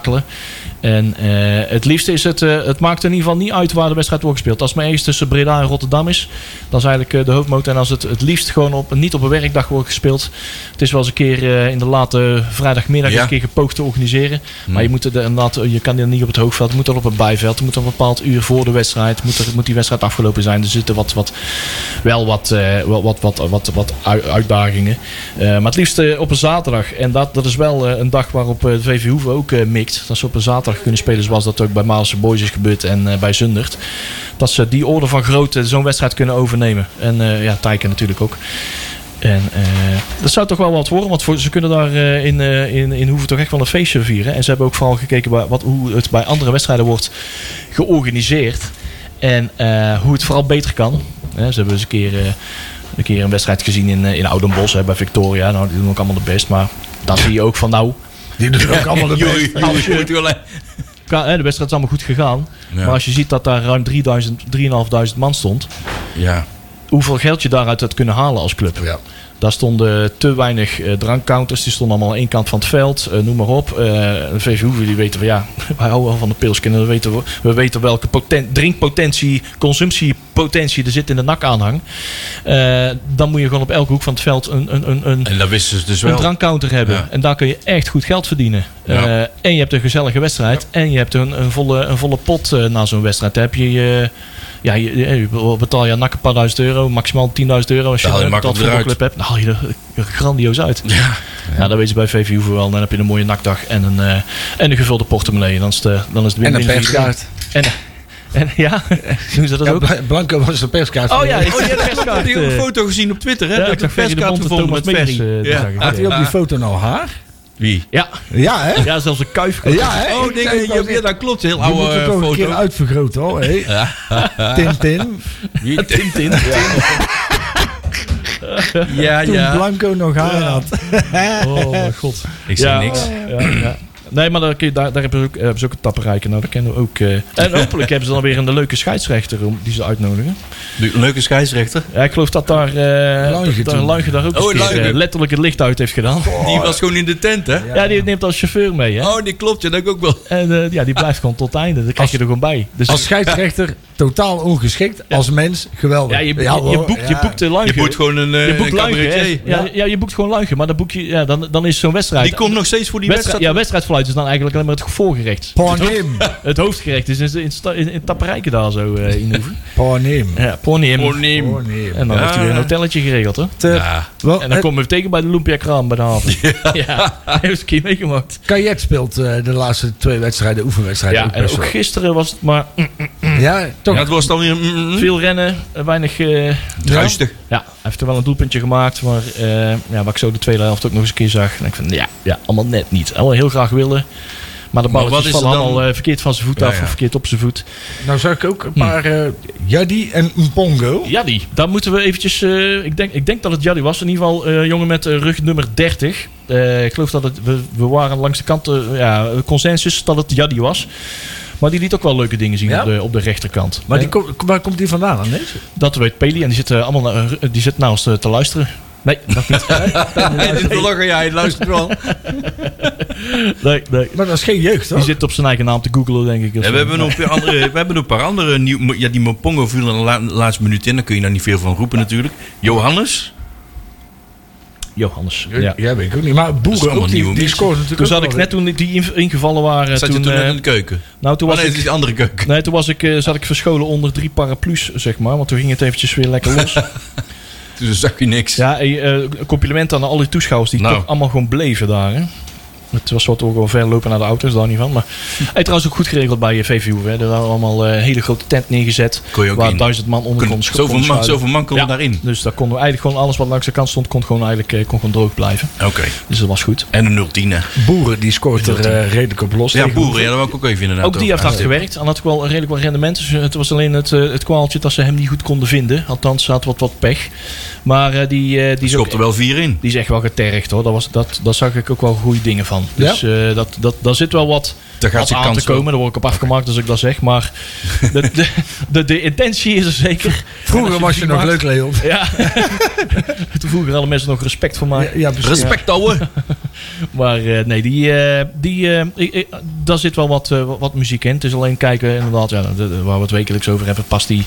Speaker 4: En eh, het liefste is het, eh, het maakt in ieder geval niet uit waar de wedstrijd wordt gespeeld. Als het maar eens tussen Breda en Rotterdam is, dat is eigenlijk eh, de hoofdmotor. En als het het liefst gewoon op, niet op een werkdag wordt gespeeld. Het is wel eens een keer eh, in de late vrijdagmiddag
Speaker 2: Ja.
Speaker 4: een keer gepoogd te organiseren. Maar je, moet het, eh, inderdaad, eh, je kan dit niet op het hoogveld. Het moet dan op een bijveld. Het moet dan een bepaald uur voor de wedstrijd. Moet, er, moet die wedstrijd afgelopen zijn. Er zitten wat, wat, wel wat, eh, wel wat, wat, wat, wat ui- uitdagingen. Eh, maar het liefst eh, op een zaterdag. En dat, dat is wel eh, een dag waarop eh, de VV Hoeven ook eh, mikt. Dat ze op een zaterdag kunnen spelen zoals dat ook bij Maalse Boys is gebeurd en eh, bij Zundert. Dat ze die orde van grootte zo'n wedstrijd kunnen overnemen. En eh, ja, Tijken natuurlijk ook. En eh, dat zou toch wel wat worden, want voor, ze kunnen daar eh, in, eh, in, in Hoeven toch echt wel een feestje vieren. En ze hebben ook vooral gekeken bij wat, hoe het bij andere wedstrijden wordt georganiseerd. En eh, hoe het vooral beter kan. Hè, ze hebben eens een keer, eh, een keer een wedstrijd gezien in, eh, in Oudenbosch hè, bij Victoria. Nou, die doen ook allemaal de best. Maar daar zie je ook van, nou,
Speaker 3: Die doen ook allemaal de best.
Speaker 2: Jorie, Jorie, moet wel even-
Speaker 4: ka- hè, de wedstrijd is allemaal goed gegaan.
Speaker 2: Ja.
Speaker 4: Maar als je ziet dat daar ruim 3000, 3.500 man stond.
Speaker 2: Ja.
Speaker 4: Hoeveel geld je daaruit had kunnen halen als club.
Speaker 3: Ja.
Speaker 4: Daar stonden te weinig eh, drankcounters. Die stonden allemaal aan één kant van het veld. eh, noem maar op. Eh, de VV Hoeven die weten van ja, wij houden wel van de pilsken. en We weten, we weten welke poten- drinkpotentie, consumptiepotentie er zit in de nak aanhang. dan moet je gewoon op elke hoek van het veld een, een, een, een,
Speaker 2: En dat wisten ze dus
Speaker 4: een
Speaker 2: wel.
Speaker 4: drankcounter hebben.
Speaker 2: Ja.
Speaker 4: En daar kun je echt goed geld verdienen.
Speaker 2: Ja.
Speaker 4: Eh, en je hebt een gezellige wedstrijd. En je hebt een, een, volle, een volle pot eh, na zo'n wedstrijd. Daar heb je... eh, ja, je, eh, je betaal je nak een paar duizend euro, maximaal 10.000 euro als je
Speaker 2: Daar haal je
Speaker 4: een betaald
Speaker 2: makkelijk eruit.
Speaker 4: voetbalclub hebt. Dan haal je er eh, grandioos uit.
Speaker 2: Ja.
Speaker 4: Ja, dat weet je bij VV Hoeven wel. Dan heb je een mooie nakdag en een, eh, en een gevulde portemonnee. Dan is, de, dan is het
Speaker 3: En
Speaker 4: win-win
Speaker 3: een
Speaker 4: voor
Speaker 3: perskaart.
Speaker 4: iedereen. En, En, ja, doen ze dat
Speaker 3: Ja,
Speaker 4: ook?
Speaker 3: Bla- Blanco was de perskaart.
Speaker 4: Oh
Speaker 3: van-
Speaker 4: ja, ik
Speaker 2: Oh,
Speaker 4: zie
Speaker 2: je
Speaker 4: de perskaart.
Speaker 2: hebt die
Speaker 4: eh,
Speaker 2: foto gezien op Twitter, hè?
Speaker 4: Ja,
Speaker 2: dat
Speaker 4: ik
Speaker 2: ik een
Speaker 4: zag Ferry de
Speaker 2: perskaart
Speaker 4: Bond en
Speaker 2: gevonden met
Speaker 4: Thomas
Speaker 2: vers.
Speaker 4: Meering, eh, die
Speaker 2: ja.
Speaker 4: zag ik.
Speaker 3: Had hij op die
Speaker 2: Ja.
Speaker 3: foto nou haar?
Speaker 2: Wie?
Speaker 4: Ja,
Speaker 3: Ja, hè?
Speaker 4: ja, zelfs een kuif.
Speaker 3: Ja, hè?
Speaker 2: Oh,
Speaker 3: Ik
Speaker 2: nee,
Speaker 3: zei het
Speaker 2: je-
Speaker 3: al,
Speaker 2: ja, dat klopt. Heel
Speaker 3: Je moet
Speaker 2: oude
Speaker 3: het
Speaker 2: eh,
Speaker 3: toch een keer
Speaker 2: foto.
Speaker 3: uitvergroten hoor, hé. Tintin.
Speaker 2: Wie?
Speaker 4: Tim Tim.
Speaker 2: Ja,
Speaker 3: Toen
Speaker 2: ja.
Speaker 3: Blanco nog haar had.
Speaker 4: Oh, mijn god.
Speaker 2: Ik zeg niks.
Speaker 4: Ja, ja. Nee, maar daar, kun je- daar, daar hebben ze ook, eh, hebben ze ook een tapperijker. Nou, dat kennen we ook. eh. En hopelijk hebben ze dan weer een leuke scheidsrechter om, die ze uitnodigen.
Speaker 2: De Leuke scheidsrechter.
Speaker 4: Ja, ik geloof dat daar, eh
Speaker 3: Lange
Speaker 4: dat, daar
Speaker 3: toen.
Speaker 4: Lange daar ook
Speaker 2: Oh,
Speaker 4: eens keer,
Speaker 2: Lange.
Speaker 4: eh, letterlijk het licht uit heeft gedaan.
Speaker 2: Die was gewoon in de tent, hè?
Speaker 4: Ja, die neemt als chauffeur mee. Hè?
Speaker 2: Oh, die klopt. Ja, dat ook wel.
Speaker 4: En eh, ja, die blijft gewoon tot het einde. Dan krijg je er gewoon bij. Dus
Speaker 3: Als scheidsrechter totaal ongeschikt. Als mens geweldig.
Speaker 4: ja, je, je,
Speaker 3: hoor,
Speaker 4: je boekt, je
Speaker 3: ja.
Speaker 4: boekt de Lange.
Speaker 2: Je moet gewoon een, eh,
Speaker 4: Je boekt
Speaker 2: een
Speaker 4: Lange, hè.
Speaker 2: cabaretier.
Speaker 4: Ja, ja, je boekt gewoon Lange. Maar dan, boek je, ja, dan, dan is zo'n wedstrijd...
Speaker 2: Die komt nog steeds voor die
Speaker 4: wedstrijd,
Speaker 2: wedstrijd.
Speaker 4: ja, wedstrijdfluit is dan eigenlijk alleen maar het voorgerecht.
Speaker 3: Pornim.
Speaker 4: Het hoofdgerecht is in, in, sta- in, in Tapperijken daar zo eh, in Hoeven.
Speaker 3: Pornim.
Speaker 4: Ja, pony hem.
Speaker 2: Voorneem.
Speaker 3: Pornim.
Speaker 4: En dan
Speaker 2: Ja.
Speaker 4: heeft hij weer een hotelletje geregeld, hè?
Speaker 2: Ja.
Speaker 3: Wel,
Speaker 4: En dan
Speaker 3: eh,
Speaker 4: komen we tegen bij de Lumpia Kraam bij de haven. Ja, hij heeft een keer meegemaakt.
Speaker 3: Kajet speelt eh, de laatste twee wedstrijden, oefenwedstrijden.
Speaker 4: Ja,
Speaker 3: best
Speaker 4: en ook
Speaker 3: wel.
Speaker 4: gisteren was het maar mm,
Speaker 3: Ja,
Speaker 2: ja,
Speaker 3: toch.
Speaker 2: het was dan weer mm, mm,
Speaker 4: veel rennen, eh, weinig... eh,
Speaker 2: ruistig.
Speaker 4: ja, hij heeft er wel een doelpuntje gemaakt, maar eh, ja, wat ik zo de tweede helft ook nog eens een keer zag. En ik van, ja, ja allemaal net niet. Allemaal heel graag willen. Maar de
Speaker 2: Maar wat
Speaker 4: balletjes
Speaker 2: is
Speaker 4: vallen
Speaker 2: er dan-
Speaker 4: allemaal eh, verkeerd van zijn voet
Speaker 2: Ja,
Speaker 4: af
Speaker 2: ja.
Speaker 4: of verkeerd op zijn voet.
Speaker 3: Nou zag ik ook een paar eh Jadi en Mpongo.
Speaker 4: Ja, die. Daar moeten we eventjes... eh, ik, denk, ik denk dat het Jaddy was. In ieder geval eh, jongen met eh, rug nummer 30. Eh, ik geloof dat het... We, we waren langs de kant... eh, ja, consensus dat het Jaddy was. Maar die liet ook wel leuke dingen zien
Speaker 3: Ja?
Speaker 4: op, de, op de rechterkant.
Speaker 3: Maar
Speaker 4: Eh,
Speaker 3: die kom- waar komt die vandaan dan? Nee?
Speaker 4: Dat weet Peli. En die zit, eh, allemaal naar- eh, die zit naast eh, te luisteren. Nee, dat niet.
Speaker 2: Hij zit te lachen, ja, hij luistert wel.
Speaker 4: nee, nee.
Speaker 3: Maar dat is geen jeugd,
Speaker 4: Die
Speaker 3: toch?
Speaker 4: zit op zijn eigen naam te googelen, denk ik. of
Speaker 2: Ja,
Speaker 4: zo.
Speaker 2: we, hebben nog weer andere, we hebben nog een paar andere nieuw. Ja, die Mopongo viel in de la- laatste minuut in. Daar kun je daar niet veel van roepen, natuurlijk. Johannes.
Speaker 4: Johannes.
Speaker 3: Ja.
Speaker 4: Ja.
Speaker 3: weet ik ook niet. Maar
Speaker 2: Dat is
Speaker 3: Boeren
Speaker 2: allemaal
Speaker 3: ook, die,
Speaker 2: nieuwe
Speaker 3: die
Speaker 2: mensen.
Speaker 3: scoort natuurlijk
Speaker 4: Toen
Speaker 3: ook
Speaker 4: zat ik
Speaker 3: wel
Speaker 4: net toen die inv- ingevallen waren.
Speaker 2: Zat je toen
Speaker 4: eh,
Speaker 2: net in de keuken?
Speaker 4: nou, toen
Speaker 2: Oh,
Speaker 4: was
Speaker 2: nee,
Speaker 4: ik
Speaker 2: het is de andere keuken.
Speaker 4: Nee, toen was ik, eh, zat ik verscholen onder drie paraplu's, zeg maar. Want toen ging het eventjes weer lekker los.
Speaker 2: Toen zag je niks.
Speaker 4: ja, hey, eh, compliment aan alle toeschouwers die
Speaker 2: Nou.
Speaker 4: toch allemaal gewoon bleven daar. Hè? Het was wel toch wel ver lopen naar de auto's, daar niet van. Maar hey, trouwens ook goed geregeld bij eh, VVU. Hè. Er waren allemaal eh, hele grote tent neergezet.
Speaker 2: Kon je ook
Speaker 4: waar
Speaker 2: in.
Speaker 4: duizend man onder
Speaker 2: Kon-
Speaker 4: kon schu-
Speaker 2: zoveel,
Speaker 4: kon
Speaker 2: man,
Speaker 4: schuilen.
Speaker 2: zoveel man kon
Speaker 4: Ja.
Speaker 2: daarin.
Speaker 4: Dus daar konden we eigenlijk gewoon alles wat langs de kant stond, kon gewoon eigenlijk eh, kon gewoon droog blijven.
Speaker 2: Oké.
Speaker 4: Dus dat was goed.
Speaker 2: En een 010. hè.
Speaker 3: weer. Boeren, die scoort er eh, redelijk op los.
Speaker 2: Ja,
Speaker 3: tegen
Speaker 2: boeren. Ja, dat wou ik ook even inderdaad.
Speaker 4: Ook die heeft hard
Speaker 2: over
Speaker 4: gewerkt en had ook wel redelijk wat rendement. Dus eh, het was alleen het, eh, het kwaaltje dat ze hem niet goed konden vinden. Althans, ze had wat, wat pech. Maar eh, die, eh, die,
Speaker 2: Die
Speaker 4: is ook,
Speaker 2: schopte wel vier in.
Speaker 4: die is echt wel getergd hoor. Daar dat was- dat, daar zag ik ook wel goede dingen van.
Speaker 3: Ja?
Speaker 4: Dus eh, dat, dat, daar zit wel wat,
Speaker 2: Daar gaat
Speaker 4: wat
Speaker 2: zijn
Speaker 4: aan te
Speaker 2: kans
Speaker 4: komen. Daar word ik op afgemaakt als ik dat zeg. Maar de, de, de, de intentie is er zeker. En als
Speaker 3: Vroeger was je
Speaker 4: die
Speaker 3: nog
Speaker 4: maakt-
Speaker 3: leuk, Leon.
Speaker 4: Ja. Toen vroeger hadden mensen nog respect voor mij.
Speaker 3: Ja, ja, precies.
Speaker 2: Respect, ouwe.
Speaker 4: Maar eh, nee, die, eh, die, eh, ik- ik- daar zit wel wat, eh, wat- wat muziek in. Het is alleen kijken inderdaad, ja, de- de- waar we het wekelijks over hebben. Past die,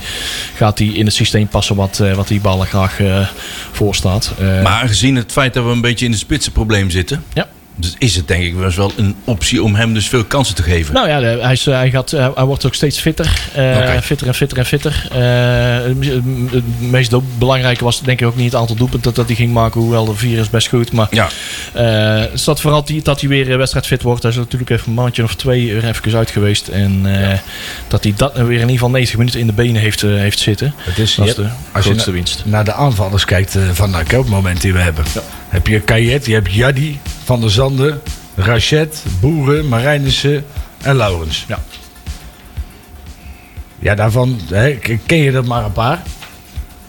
Speaker 4: gaat die in het systeem passen wat, eh, wat die ballen graag eh, voorstaat. Eh,
Speaker 2: Maar gezien het feit dat we een beetje in de spitsenprobleem zitten.
Speaker 4: Ja.
Speaker 2: Dus is het denk ik best wel een optie om hem dus veel kansen te geven.
Speaker 4: nou ja, de- hij, is, eh, hij, gaat, eh, hij wordt ook steeds fitter. Eh,
Speaker 2: Oké.
Speaker 4: Fitter en fitter en fitter. Eh, het- het meest belangrijke was denk ik ook niet het aantal doelpunten dat, dat hij ging maken. Hoewel de vier is best goed. Maar
Speaker 2: Ja,
Speaker 4: Eh, het is dat vooral die, dat hij weer eh, wedstrijdfit wordt. Hij is natuurlijk even een maandje of twee er even uit geweest. En eh, dat hij dat weer in ieder geval 90 minuten in de benen heeft, eh, heeft zitten.
Speaker 3: Het is,
Speaker 4: Dat
Speaker 3: je
Speaker 4: is de
Speaker 3: hebt- als je
Speaker 4: grootste
Speaker 3: na-
Speaker 4: winst.
Speaker 3: naar de aanvallers kijkt eh, van nou, het moment die we hebben. Heb je Kayet, je hebt Jadi, Van der Zanden, Rachet, Boeren, Marijnissen en Laurens.
Speaker 4: Ja.
Speaker 3: Ja, daarvan hè, k- ken je er maar een paar.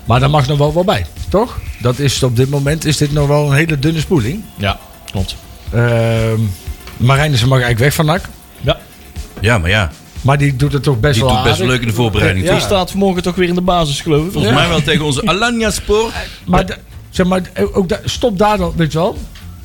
Speaker 3: Maar daar mag nog wel wat bij, toch? Dat is, op dit moment is dit nog wel een hele dunne spoeling.
Speaker 4: Ja, klopt.
Speaker 3: Ehm Marijnissen mag eigenlijk weg van NAC.
Speaker 4: Ja.
Speaker 2: ja maar ja.
Speaker 3: Maar die doet het toch best
Speaker 2: Die
Speaker 3: wel
Speaker 2: doet best
Speaker 3: aardig.
Speaker 2: leuk in de voorbereiding.
Speaker 3: Ja.
Speaker 2: toch?
Speaker 4: Die staat vanmorgen toch weer in de basis, geloof ik.
Speaker 2: Volgens mij wel tegen onze Alanya Spoor.
Speaker 3: Maar, da- zeg maar eh, ook da- stop daar dan, weet je wel.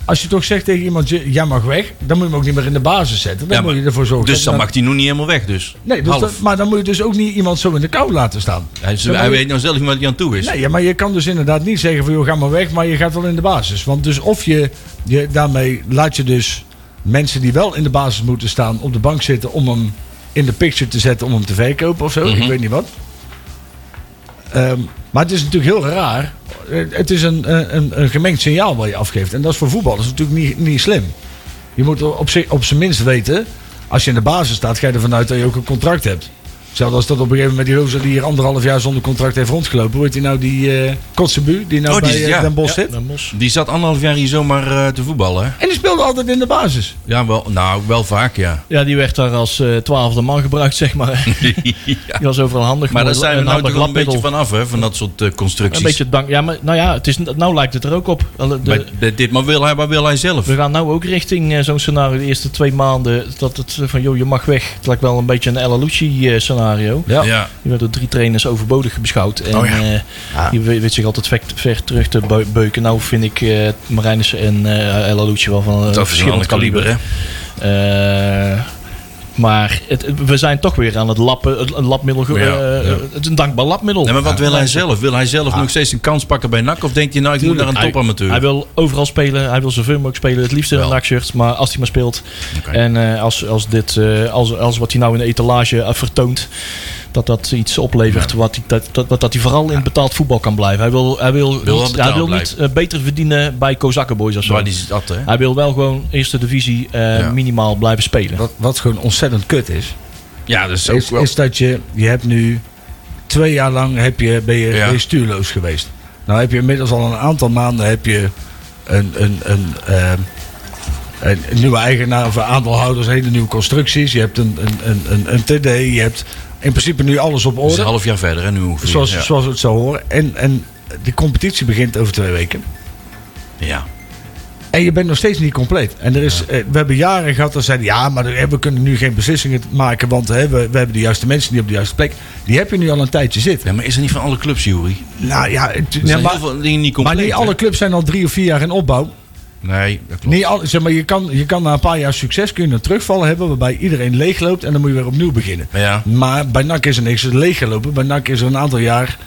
Speaker 3: Als je toch zegt tegen iemand, je- jij mag weg, dan moet je hem ook niet meer in de basis zetten. Dan
Speaker 2: Ja,
Speaker 3: moet
Speaker 2: maar-
Speaker 3: je ervoor zorgen.
Speaker 2: Dus
Speaker 3: dat
Speaker 2: dan
Speaker 3: je
Speaker 2: mag hij nog niet helemaal weg. Dus.
Speaker 3: Nee, dus
Speaker 2: Half.
Speaker 3: dat- maar dan moet je dus ook niet iemand zo in de kou laten staan.
Speaker 2: Hij, is-
Speaker 3: Ja, maar-
Speaker 2: hij weet nou zelf niet wat hij aan toe is.
Speaker 3: Nee, ja, maar je kan dus inderdaad niet zeggen van, joh, ga maar weg, maar je gaat wel in de basis. Want dus of je, je daarmee laat je dus mensen die wel in de basis moeten staan op de bank zitten om hem in de picture te zetten om hem te verkopen of zo.
Speaker 2: Mhm.
Speaker 3: Ik weet niet wat. Ehm, maar het is natuurlijk heel raar. Eh, Het is een, eh, een, een gemengd signaal wat je afgeeft. En dat is voor voetballers natuurlijk niet, niet slim. Je moet op, zich- op zijn minst weten, als je in de basis staat, ga je ervan uit dat je ook een contract hebt. Hetzelfde als dat op een gegeven moment die gozer die hier anderhalf jaar zonder contract heeft rondgelopen. Hoe heet die nou, die eh Kotzebu, die nou
Speaker 2: Oh, die
Speaker 3: bij
Speaker 2: is-
Speaker 3: eh,
Speaker 2: ja.
Speaker 3: Den Bosch
Speaker 4: Ja,
Speaker 3: zit.
Speaker 4: Den Bosch.
Speaker 2: Die zat anderhalf jaar hier zomaar eh, te voetballen. hè?
Speaker 3: En die speelde altijd in de basis.
Speaker 2: Ja, wel, nou, wel vaak, ja.
Speaker 4: Ja, die werd daar als eh, twaalfde man gebruikt, zeg maar. Die was overal handig.
Speaker 2: Maar daar zijn we nou
Speaker 4: handig
Speaker 2: toch wel een
Speaker 4: labmiddel.
Speaker 2: beetje vanaf, hè? Van dat soort eh, constructies.
Speaker 4: Een beetje dank. Ja, maar nou ja, het is, nou lijkt het er ook op. De-
Speaker 2: Bij dit- dit, maar wil hij, maar wil hij zelf?
Speaker 4: we gaan nou ook richting eh, zo'n scenario de eerste twee maanden. Dat het eh, van, joh, je mag weg. Het lijkt wel een beetje een El Alouchi eh, scenario.
Speaker 3: Ja.
Speaker 2: Ja.
Speaker 4: Die werd door drie trainers overbodig beschouwd. En
Speaker 2: Oh ja.
Speaker 4: eh, die we- weet zich altijd ver, ver terug te beu- beuken. Nou vind ik eh Marijnissen en eh El Alouchi wel van een
Speaker 2: Dat is een
Speaker 4: verschillend
Speaker 2: ander
Speaker 4: kaliber.
Speaker 2: kaliber, hè?
Speaker 4: Eh, maar het- we zijn toch weer aan het lappen, het- een lapmiddel. ge-
Speaker 2: Ja,
Speaker 4: eh,
Speaker 2: ja.
Speaker 4: Het is een dankbaar lapmiddel.
Speaker 2: Nee, maar wat
Speaker 4: Ja.
Speaker 2: wil hij zelf? Wil hij zelf nog steeds een kans pakken bij NAC? Of denkt hij, nou, ik moet naar een
Speaker 4: Hij-
Speaker 2: topamateur?
Speaker 4: Hij wil overal spelen. Hij wil zoveel mogelijk spelen. Het liefst in een
Speaker 2: Wel.
Speaker 4: nachtshirt. Maar als hij maar speelt.
Speaker 2: Oké.
Speaker 4: En eh, als, als, dit, eh, als, als wat hij nou in de etalage eh, vertoont. Dat dat iets oplevert. Wat hij, dat, dat, dat, dat hij vooral in het betaald voetbal kan blijven. Hij wil, hij wil,
Speaker 2: wel
Speaker 4: niet, hij
Speaker 2: betaald
Speaker 4: wil niet
Speaker 2: blijven.
Speaker 4: eh, beter verdienen bij Kozakkenboys of zo.
Speaker 2: Waar die zit dat, hè?
Speaker 4: Hij wil wel gewoon eerste divisie eh,
Speaker 2: Ja.
Speaker 4: minimaal blijven spelen.
Speaker 3: Wat, wat gewoon ontzettend kut is.
Speaker 2: Ja, dat is ook
Speaker 3: is,
Speaker 2: wel...
Speaker 3: is dat je, je hebt nu twee jaar lang heb je, ben, je,
Speaker 2: Ja.
Speaker 3: ben je stuurloos geweest. Nou heb je inmiddels al een aantal maanden heb je een, een, een, ehm, een, een nieuwe eigenaar of aandeelhouders, hele nieuwe constructies. Je hebt een, een, een, een, een TD, je hebt in principe nu alles op
Speaker 2: Dat is een
Speaker 3: orde.
Speaker 2: half jaar verder, hè? Nu ongeveer.
Speaker 3: Zoals,
Speaker 2: ja.
Speaker 3: zoals we het zou horen. En, en die competitie begint over twee weken.
Speaker 2: ja.
Speaker 3: En je bent nog steeds niet compleet. En er is, eh, we hebben jaren gehad dat zeiden, ja, maar er- we kunnen nu geen beslissingen maken, want hè, we, we hebben de juiste mensen die op de juiste plek. Die heb je nu al een tijdje zitten.
Speaker 2: Ja, maar is er niet van alle clubs, Jury?
Speaker 3: Nou ja, het-
Speaker 2: Er
Speaker 3: nee,
Speaker 2: zijn
Speaker 3: maar,
Speaker 2: heel veel dingen niet
Speaker 3: maar
Speaker 2: compleet.
Speaker 3: niet
Speaker 2: hè?
Speaker 3: alle clubs zijn al drie of vier jaar in opbouw.
Speaker 2: Nee, dat klopt.
Speaker 3: Niet al, zeg maar, je, kan, je kan na een paar jaar succes kun je een terugvallen hebben waarbij iedereen leegloopt en dan moet je weer opnieuw beginnen.
Speaker 2: Maar ja.
Speaker 3: Maar bij NAC is er niks leeggelopen. Bij NAC is er een aantal jaar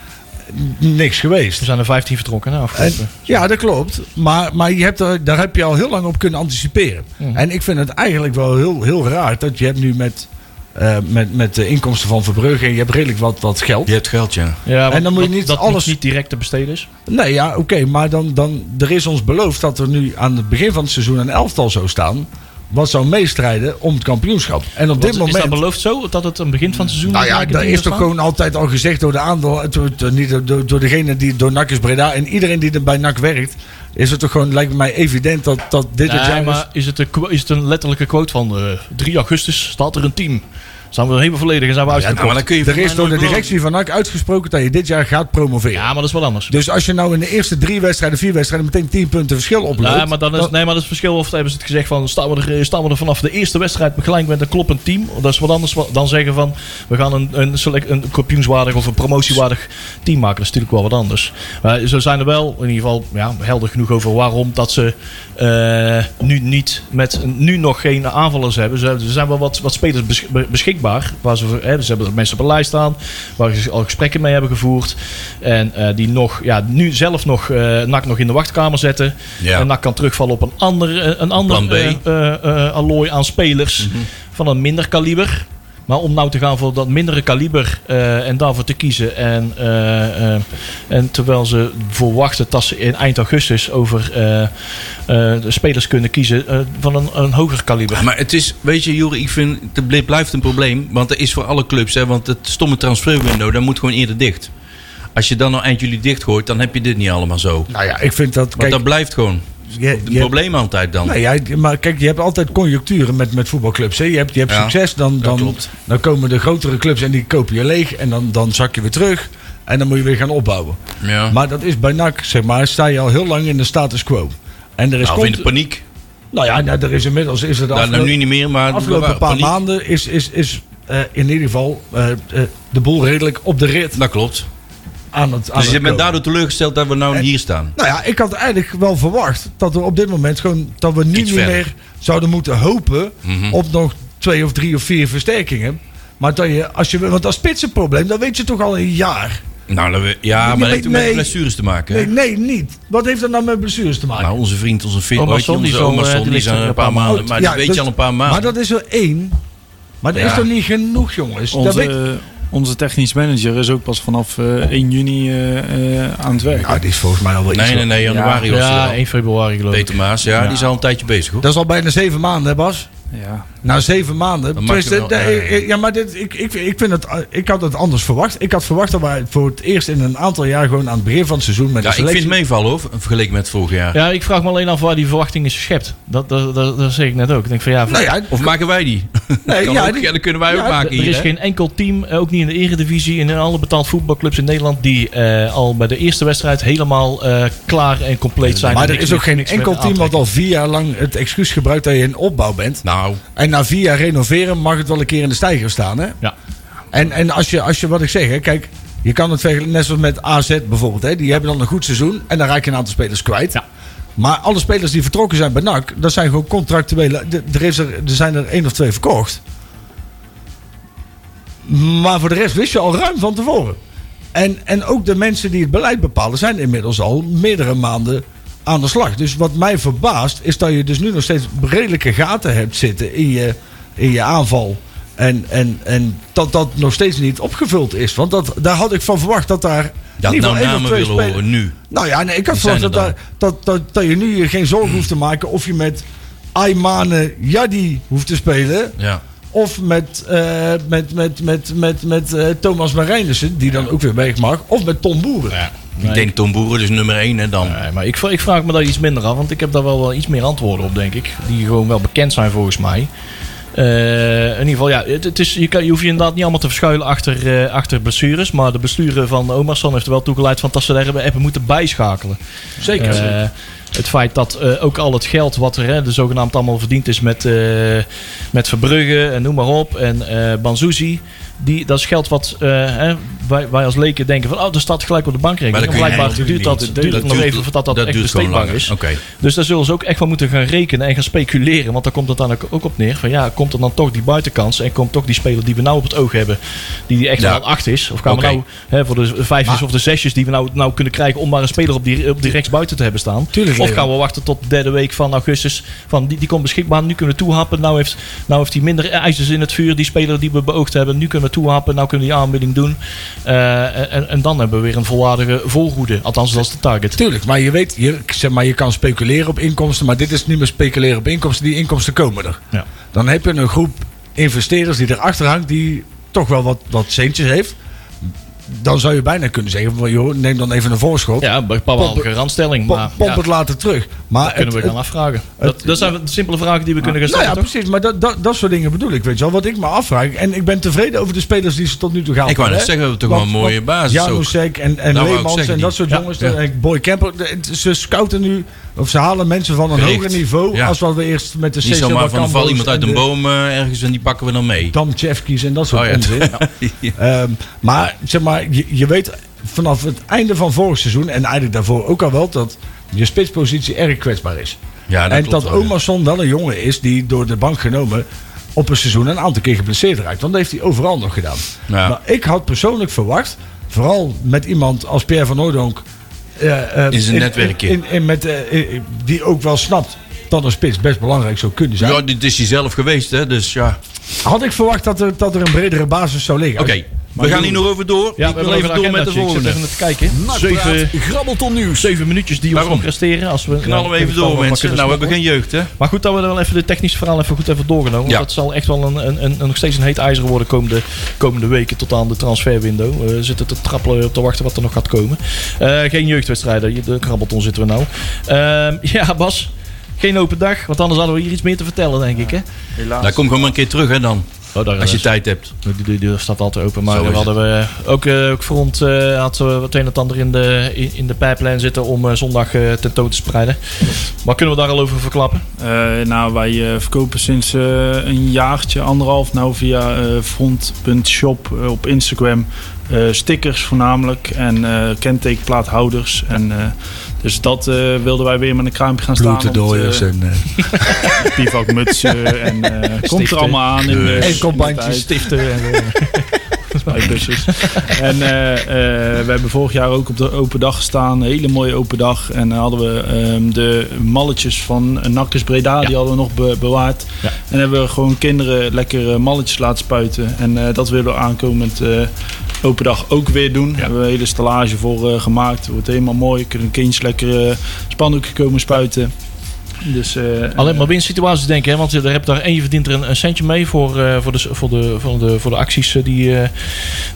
Speaker 3: n- niks
Speaker 4: Er
Speaker 3: geweest.
Speaker 4: zijn er 15 vertrokken. Nou,
Speaker 3: En, ja, dat klopt. Maar, maar je hebt er, daar heb je al heel lang op kunnen anticiperen.
Speaker 4: Mm.
Speaker 3: En ik vind het eigenlijk wel heel, heel raar dat je hebt nu met, eh, met, met de inkomsten van Verbrugge, je hebt redelijk wat, wat geld.
Speaker 2: Je hebt geld, ja.
Speaker 4: ja, want
Speaker 3: dan moet je
Speaker 4: dat-
Speaker 3: niet
Speaker 4: dat
Speaker 3: alles-
Speaker 4: niet direct te besteden is.
Speaker 3: Nee, ja, oké. maar dan, dan, er is ons beloofd dat er nu aan het begin van het seizoen een elftal zou staan. Wat zou meestrijden om het kampioenschap. En op dit
Speaker 4: Wat- Is
Speaker 3: moment.
Speaker 4: dat beloofd zo? Dat het aan het begin van het seizoen...
Speaker 3: nou ja,
Speaker 4: gelijk een
Speaker 3: dat
Speaker 4: team
Speaker 3: is toch
Speaker 4: staan?
Speaker 3: gewoon altijd al gezegd door de aandeel. eh, Door, door- niet door- door, door degene die door NAC is Breda. En iedereen die er bij NAC werkt. Is het toch gewoon, lijkt mij evident dat, dat dit het
Speaker 4: Nee,
Speaker 3: jaar
Speaker 4: maar
Speaker 3: is.
Speaker 4: is het, een, qu- is het een letterlijke quote van eh, 3 augustus staat er een team. Zijn we helemaal volledig zijn we
Speaker 2: Ja,
Speaker 4: uitgekomen.
Speaker 2: nou, maar dan kun je
Speaker 3: Er is door de
Speaker 2: direct.
Speaker 3: directie van NAC uitgesproken dat je dit jaar gaat promoveren.
Speaker 4: Ja, maar dat is wel anders.
Speaker 3: Dus als je nou in de eerste drie wedstrijden, vier wedstrijden meteen 10 punten verschil oploopt.
Speaker 4: Nee, maar dan is, nee, maar dat is het verschil of hebben ze het gezegd van staan we er, staan we er vanaf de eerste wedstrijd begeleid met een kloppend team. Dat is wat anders wa- dan zeggen van we gaan een, een, select, een kampioenswaardig of een promotiewaardig team maken. Dat is natuurlijk wel wat anders. Maar ze zijn er wel in ieder geval ja, helder genoeg over waarom dat ze eh, nu, niet met, nu nog geen aanvallers hebben. Ze, hebben- er zijn wel wat, wat spelers besch- be- beschikbaar. Waar ze, voor- hè, ze hebben er mensen op een lijst staan waar ze al gesprekken mee hebben gevoerd. En eh, die nog, ja, nu zelf nog eh NAC nog in de wachtkamer zetten.
Speaker 2: Ja.
Speaker 4: En NAC kan terugvallen op een ander, een ander
Speaker 2: plan B. Mhm.
Speaker 4: eh eh, eh, allooi aan spelers van een minder kaliber. Maar om nou te gaan voor dat mindere kaliber eh, en daarvoor te kiezen. En, eh, eh, en terwijl ze verwachten dat ze in eind augustus over eh, eh, de spelers kunnen kiezen eh, van een, een hoger kaliber.
Speaker 2: Maar het is, weet je, Jury, ik vind het bl- blijft een probleem. Want er is voor alle clubs, hè, want het stomme transferwindow, dat moet gewoon eerder dicht. Als je dan nou eind juli dichtgooit, dan heb je dit niet allemaal zo. Want
Speaker 3: nou ja, ik vind dat. Kijk,
Speaker 2: dat blijft gewoon
Speaker 3: je-
Speaker 2: een
Speaker 3: je-
Speaker 2: probleem altijd dan.
Speaker 3: Nou ja, maar kijk, je hebt altijd conjuncturen met, met voetbalclubs. Hè? Je hebt, je hebt
Speaker 2: Ja,
Speaker 3: succes, dan,
Speaker 2: dat
Speaker 3: dan,
Speaker 2: klopt.
Speaker 3: dan komen de grotere clubs en die kopen je leeg. En dan, dan zak je weer terug. En dan moet je weer gaan opbouwen.
Speaker 2: ja.
Speaker 3: Maar dat is bij NAC, zeg maar, sta je al heel lang in de status quo. En er is
Speaker 2: nou, of in de
Speaker 3: continu-
Speaker 2: paniek.
Speaker 3: nou ja, nou, er is inmiddels is het
Speaker 2: Nou, nou, nu
Speaker 3: afgelopen,
Speaker 2: niet meer, maar...
Speaker 3: afgelopen paar
Speaker 2: paniek.
Speaker 3: maanden is, is, is eh, in ieder geval eh, eh, de boel redelijk op de rit
Speaker 2: Dat klopt.
Speaker 3: aan het aan
Speaker 2: Dus je
Speaker 3: het
Speaker 2: bent
Speaker 3: komen.
Speaker 2: daardoor teleurgesteld dat we nou hier staan.
Speaker 3: Nou ja, ik had eigenlijk wel verwacht dat we op dit moment gewoon dat we nu
Speaker 2: Iets
Speaker 3: niet
Speaker 2: verder.
Speaker 3: meer zouden moeten hopen
Speaker 2: Mhm.
Speaker 3: op nog twee of drie of vier versterkingen. Maar dat je, als je, want dat spitsenprobleem, dat weet je toch al een jaar.
Speaker 2: Nou, dat we- ja, maar dat heeft ook
Speaker 3: nee.
Speaker 2: met blessures te maken. hè?
Speaker 3: Nee, nee, niet. Wat heeft dat nou met blessures te maken?
Speaker 2: Nou, onze vriend, onze vriend,
Speaker 4: Oma
Speaker 2: weet je,
Speaker 4: Son, die
Speaker 2: onze
Speaker 4: zal,
Speaker 2: oma
Speaker 4: eh,
Speaker 2: Son,
Speaker 4: die
Speaker 2: die
Speaker 4: ligt
Speaker 2: zijn
Speaker 4: er
Speaker 2: er een paar maanden. Maar
Speaker 3: Oh, ja,
Speaker 2: dat weet
Speaker 3: dat-
Speaker 2: je al een paar
Speaker 3: maar
Speaker 2: maanden.
Speaker 3: dat is er één. Maar dat
Speaker 2: Ja.
Speaker 3: is toch niet genoeg, jongens? Dat weet-
Speaker 5: Onze, eh, onze technisch manager is ook pas vanaf eh, 1 juni eh, eh, aan het werk.
Speaker 3: Nou, die is volgens mij al wel iets.
Speaker 2: Nee, nee, nee, januari was
Speaker 4: ja,
Speaker 2: het al.
Speaker 4: 1 februari geloof ik.
Speaker 2: Peter Maas, ja, die is al een tijdje bezig hoor.
Speaker 3: Dat is al bijna zeven maanden, hè, Bas?
Speaker 5: Ja,
Speaker 3: Na zeven maanden.
Speaker 2: Dan maakt je
Speaker 3: Tenminste,
Speaker 2: wel-
Speaker 3: nee,
Speaker 2: ja, ja, ja.
Speaker 3: ik- ja, maar dit, ik, ik, ik, vind het, eh, ik had het anders verwacht. Ik had verwacht dat wij voor het eerst in een aantal jaar gewoon aan het begin van het seizoen
Speaker 2: Ja,
Speaker 3: met de
Speaker 2: ik vind
Speaker 3: selectie...
Speaker 2: het meevallen hoor, vergeleken met vorig jaar.
Speaker 4: Ja, ik vraag me alleen af waar die verwachting is geschept. Dat, dat, dat, dat zeg ik net ook. Ik denk van ja,
Speaker 3: Nou ja,
Speaker 2: Of maken wij die?
Speaker 3: nee,
Speaker 2: Kan
Speaker 3: ja,
Speaker 2: ook,
Speaker 3: die-
Speaker 2: ja, dat kunnen wij
Speaker 3: ja,
Speaker 2: ook maken
Speaker 4: Er
Speaker 2: hier.
Speaker 4: is
Speaker 2: hè?
Speaker 4: geen enkel team, eh, ook niet in de eredivisie en in alle betaald voetbalclubs in Nederland, die eh, al bij de eerste wedstrijd helemaal eh, klaar en compleet zijn.
Speaker 3: maar
Speaker 4: En
Speaker 3: er
Speaker 4: niks
Speaker 3: is ook
Speaker 4: meer-
Speaker 3: geen
Speaker 4: niks meer
Speaker 3: enkel team wat
Speaker 4: aantrekken.
Speaker 3: al vier jaar lang het excuus gebruikt dat je in opbouw bent.
Speaker 2: Nou,
Speaker 3: En na vier jaar renoveren mag het wel een keer in de stijger staan. Hè?
Speaker 4: Ja.
Speaker 3: En, en als, je, als je wat ik zeg, hè, kijk, je kan het vergelijken net zoals met AZ bijvoorbeeld. Hè, die hebben dan een goed seizoen en dan raak je een aantal spelers kwijt.
Speaker 4: Ja.
Speaker 3: Maar alle spelers die vertrokken zijn bij NAC, dat zijn gewoon contractuele. d- Er, is er, er zijn er één of twee verkocht. Maar voor de rest wist je al ruim van tevoren. En, en ook de mensen die het beleid bepalen zijn inmiddels al meerdere maanden aan de slag. Dus wat mij verbaast is dat je dus nu nog steeds redelijke gaten hebt zitten in je, in je aanval. En, en, en dat dat nog steeds niet opgevuld is. Want dat, daar had ik van verwacht dat daar.
Speaker 2: dat
Speaker 3: in ieder
Speaker 2: nou
Speaker 3: geval één of
Speaker 2: namen
Speaker 3: twee
Speaker 2: willen
Speaker 3: spelers-
Speaker 2: horen nu.
Speaker 3: nou ja, nee, ik had
Speaker 2: Die
Speaker 3: verwacht dat,
Speaker 2: zijn er
Speaker 3: daar- dat, dat, dat je nu je geen zorgen hoeft te maken of je met Aymane Jadi hoeft te spelen.
Speaker 2: Ja.
Speaker 3: Of met, eh, met, met, met, met, met eh, Thomas Marijnissen, die dan ook weer weg mag. Of met Tom Boeren.
Speaker 2: Ik denk Tom Boeren, dus nummer 1 hè, dan.
Speaker 4: Nee, maar ik, vra- ik vraag me daar iets minder af, want ik heb daar wel, wel iets meer antwoorden op, denk ik. Die gewoon wel bekend zijn volgens mij. Eh, in ieder geval, ja, het, het is, je, kan, je hoeft je inderdaad niet allemaal te verschuilen achter, eh, achter blessures. Maar de besturen van Omarsson heeft er wel toe geleid van dat ze daar hebben, hebben moeten bijschakelen.
Speaker 3: Zeker.
Speaker 4: Eh, het feit dat eh, ook al het geld wat er hè, de zogenaamd allemaal verdiend is met, eh, met Verbrugge en noem maar op. En eh Banzuzi. Die, dat is geld wat eh, hè, wij, wij als leken denken van oh, dat staat gelijk op de
Speaker 2: Maar
Speaker 4: bankrekening.
Speaker 2: dat
Speaker 4: Maar
Speaker 2: kun je
Speaker 4: blijkbaar
Speaker 2: eigenlijk
Speaker 4: duurt dat,
Speaker 2: niet.
Speaker 4: duurt het nog even voordat dat, echt
Speaker 2: duurt gewoon
Speaker 4: besteedbaar
Speaker 2: langer.
Speaker 4: is.
Speaker 2: Oké.
Speaker 4: Dus daar zullen ze ook echt wel moeten gaan rekenen en gaan speculeren. Want daar komt het dan ook ook op neer. Van ja, komt er dan toch die buitenkans en komt toch die speler die we nou op het oog hebben. Die, die echt
Speaker 2: Ja.
Speaker 4: wel aan acht is. Of gaan
Speaker 2: Oké.
Speaker 4: we nou hè, voor de vijfjes of de zesjes die we nou, nou kunnen krijgen om maar een speler op die, op die rechtsbuiten te hebben staan.
Speaker 3: Tuurlijk,
Speaker 4: of
Speaker 3: Leo.
Speaker 4: gaan we wachten tot de derde week van augustus. Van die, die komt beschikbaar, nu kunnen we toehappen. Nou heeft, nou heeft hij minder ijzers in het vuur. Die speler die we beoogd hebben, nu kunnen we toehappen. Nou kunnen we die aanbieding doen. Eh, en, en dan hebben we weer een volwaardige voorhoede. Althans, dat is de target.
Speaker 3: Tuurlijk, maar je weet, je, ik zeg maar, je kan speculeren op inkomsten. Maar dit is niet meer speculeren op inkomsten. Die inkomsten komen er.
Speaker 4: Ja.
Speaker 3: Dan heb je een groep investeerders die erachter hangt, die toch wel wat, wat centjes heeft. Dan zou je bijna kunnen zeggen: van, joh, neem dan even een voorschot.
Speaker 4: Ja, bepaalde garantstelling.
Speaker 3: Pom-
Speaker 4: Maar
Speaker 3: pomp
Speaker 4: ja,
Speaker 3: het later terug. Maar
Speaker 4: dat kunnen we
Speaker 3: het-
Speaker 4: gaan afvragen. dat, dat zijn de simpele vragen
Speaker 2: Ah.
Speaker 4: die we kunnen gaan
Speaker 3: Nou
Speaker 4: stellen.
Speaker 3: ja,
Speaker 4: toch?
Speaker 3: precies. Maar dat, dat, dat soort dingen bedoel ik, weet je wel. Wat ik me afvraag. En ik ben tevreden over de spelers die ze tot nu toe gehaald
Speaker 2: Ik wou net
Speaker 3: hebben, hè.
Speaker 2: zeggen, we hebben toch wel een mooie basis ook.
Speaker 3: Janusek en, en
Speaker 2: wou ik
Speaker 3: Leemans
Speaker 2: zeggen,
Speaker 3: en
Speaker 2: die-
Speaker 3: dat soort
Speaker 4: ja,
Speaker 3: jongens.
Speaker 2: ja.
Speaker 3: En Boy Kemper. de- het- Ze scouten nu, of ze halen mensen van een
Speaker 2: Gericht,
Speaker 3: hoger niveau.
Speaker 2: ja.
Speaker 3: Als wat we eerst met de
Speaker 2: Niet
Speaker 3: Cesar
Speaker 2: zomaar van de val
Speaker 3: Wakambo's
Speaker 2: iemand
Speaker 3: en
Speaker 2: uit een
Speaker 3: de
Speaker 2: boom eh, ergens en die pakken we dan mee.
Speaker 3: Damchevskis en dat soort
Speaker 2: Oh ja.
Speaker 3: onzin. Ehm, maar zeg maar, je, je weet vanaf het einde van vorig seizoen... en eigenlijk daarvoor ook al wel... dat je spitspositie erg kwetsbaar is.
Speaker 2: Ja,
Speaker 3: en
Speaker 2: klopt
Speaker 3: dat
Speaker 2: wel, ja.
Speaker 3: Omerson wel een jongen is die door de bank genomen op een seizoen een aantal keer geblesseerd raakt. Want dat heeft hij overal nog gedaan.
Speaker 2: Ja.
Speaker 3: Maar ik had persoonlijk verwacht, vooral met iemand als Pierre van Oudonk... eh, eh,
Speaker 2: In zijn netwerkje.
Speaker 3: in- in- met, eh, eh, die ook wel snapt dat een spits best belangrijk zou kunnen zijn.
Speaker 2: Ja, dit is hij zelf geweest, hè? Dus ja.
Speaker 3: Had ik verwacht dat er, dat er een bredere basis zou liggen.
Speaker 2: Oké, we gaan hier nog over door.
Speaker 4: Ja,
Speaker 2: ik
Speaker 4: we
Speaker 2: wil
Speaker 4: hebben
Speaker 2: even door met de volgende.
Speaker 4: Ik zit even naar te kijken.
Speaker 1: Nakpraat,
Speaker 4: Zeven,
Speaker 1: grabbelton nieuws.
Speaker 4: zeven minuutjes die we
Speaker 2: Waarom?
Speaker 4: nog presteren. Als we,
Speaker 2: Knallen we
Speaker 4: ja,
Speaker 2: even
Speaker 4: kunnen
Speaker 2: door,
Speaker 4: maar
Speaker 2: mensen.
Speaker 4: kunnen
Speaker 2: Nou, we hebben
Speaker 4: stoppen.
Speaker 2: geen jeugd, hè?
Speaker 4: Maar goed, dat we dan wel even de technische verhaal even goed hebben doorgenomen. Want
Speaker 2: Ja.
Speaker 4: dat zal echt wel een, een, een, een nog steeds een heet ijzer worden komende, komende weken tot aan de transferwindow. Eh, We zitten te trappelen op te wachten wat er nog gaat komen. Eh, geen jeugdwedstrijden, hier, de krabbelton zitten we nou. Ehm, ja, Bas. Geen open dag, want anders hadden we hier iets meer te vertellen, denk ik. Hè?
Speaker 5: Helaas.
Speaker 2: Daar kom gewoon maar een keer terug, hè, dan. Als je tijd hebt.
Speaker 4: De deur, staat altijd open, maar
Speaker 2: Zo
Speaker 4: we
Speaker 2: is
Speaker 4: hadden we ook, eh, ook front eh hadden we het een en het ander in de, in, in de pijplijn zitten om eh, zondag eh, tentoon te spreiden. Maar kunnen we daar al over verklappen?
Speaker 5: Eh, nou, wij eh, verkopen sinds eh, een jaartje, anderhalf, nou via eh, front.shop eh, op Instagram. eh, stickers voornamelijk en eh kentekenplaathouders. En, eh, dus dat eh, wilden wij weer met een kraampje gaan staan.
Speaker 3: Bloedendooiers
Speaker 5: want,
Speaker 3: en... eh,
Speaker 5: eh, Bivakmutsen en eh, komt er
Speaker 4: Stichten.
Speaker 5: allemaal aan. In de,
Speaker 3: En
Speaker 5: in de
Speaker 3: kopbandjes.
Speaker 5: tijd.
Speaker 4: Stiften en
Speaker 5: Spuitbusjes. en eh, eh, we hebben vorig jaar ook op de open dag gestaan. Een hele mooie open dag. En dan hadden we ehm, de malletjes van Nakkers Breda. Die hadden we nog be- bewaard.
Speaker 4: Ja.
Speaker 5: En hebben we gewoon kinderen lekker eh, malletjes laten spuiten. En eh, dat willen we aankomend eh, open dag ook weer doen. Daar hebben we een hele stallage voor eh, gemaakt. Wordt helemaal mooi. Kunnen kindjes lekker eh spandoeken komen spuiten. Dus, eh,
Speaker 4: Alleen maar winstsituaties denken, hè? want je hebt daar één je verdient er een, een centje mee voor, eh, voor, de, voor, de, voor, de, voor de acties eh, die, eh,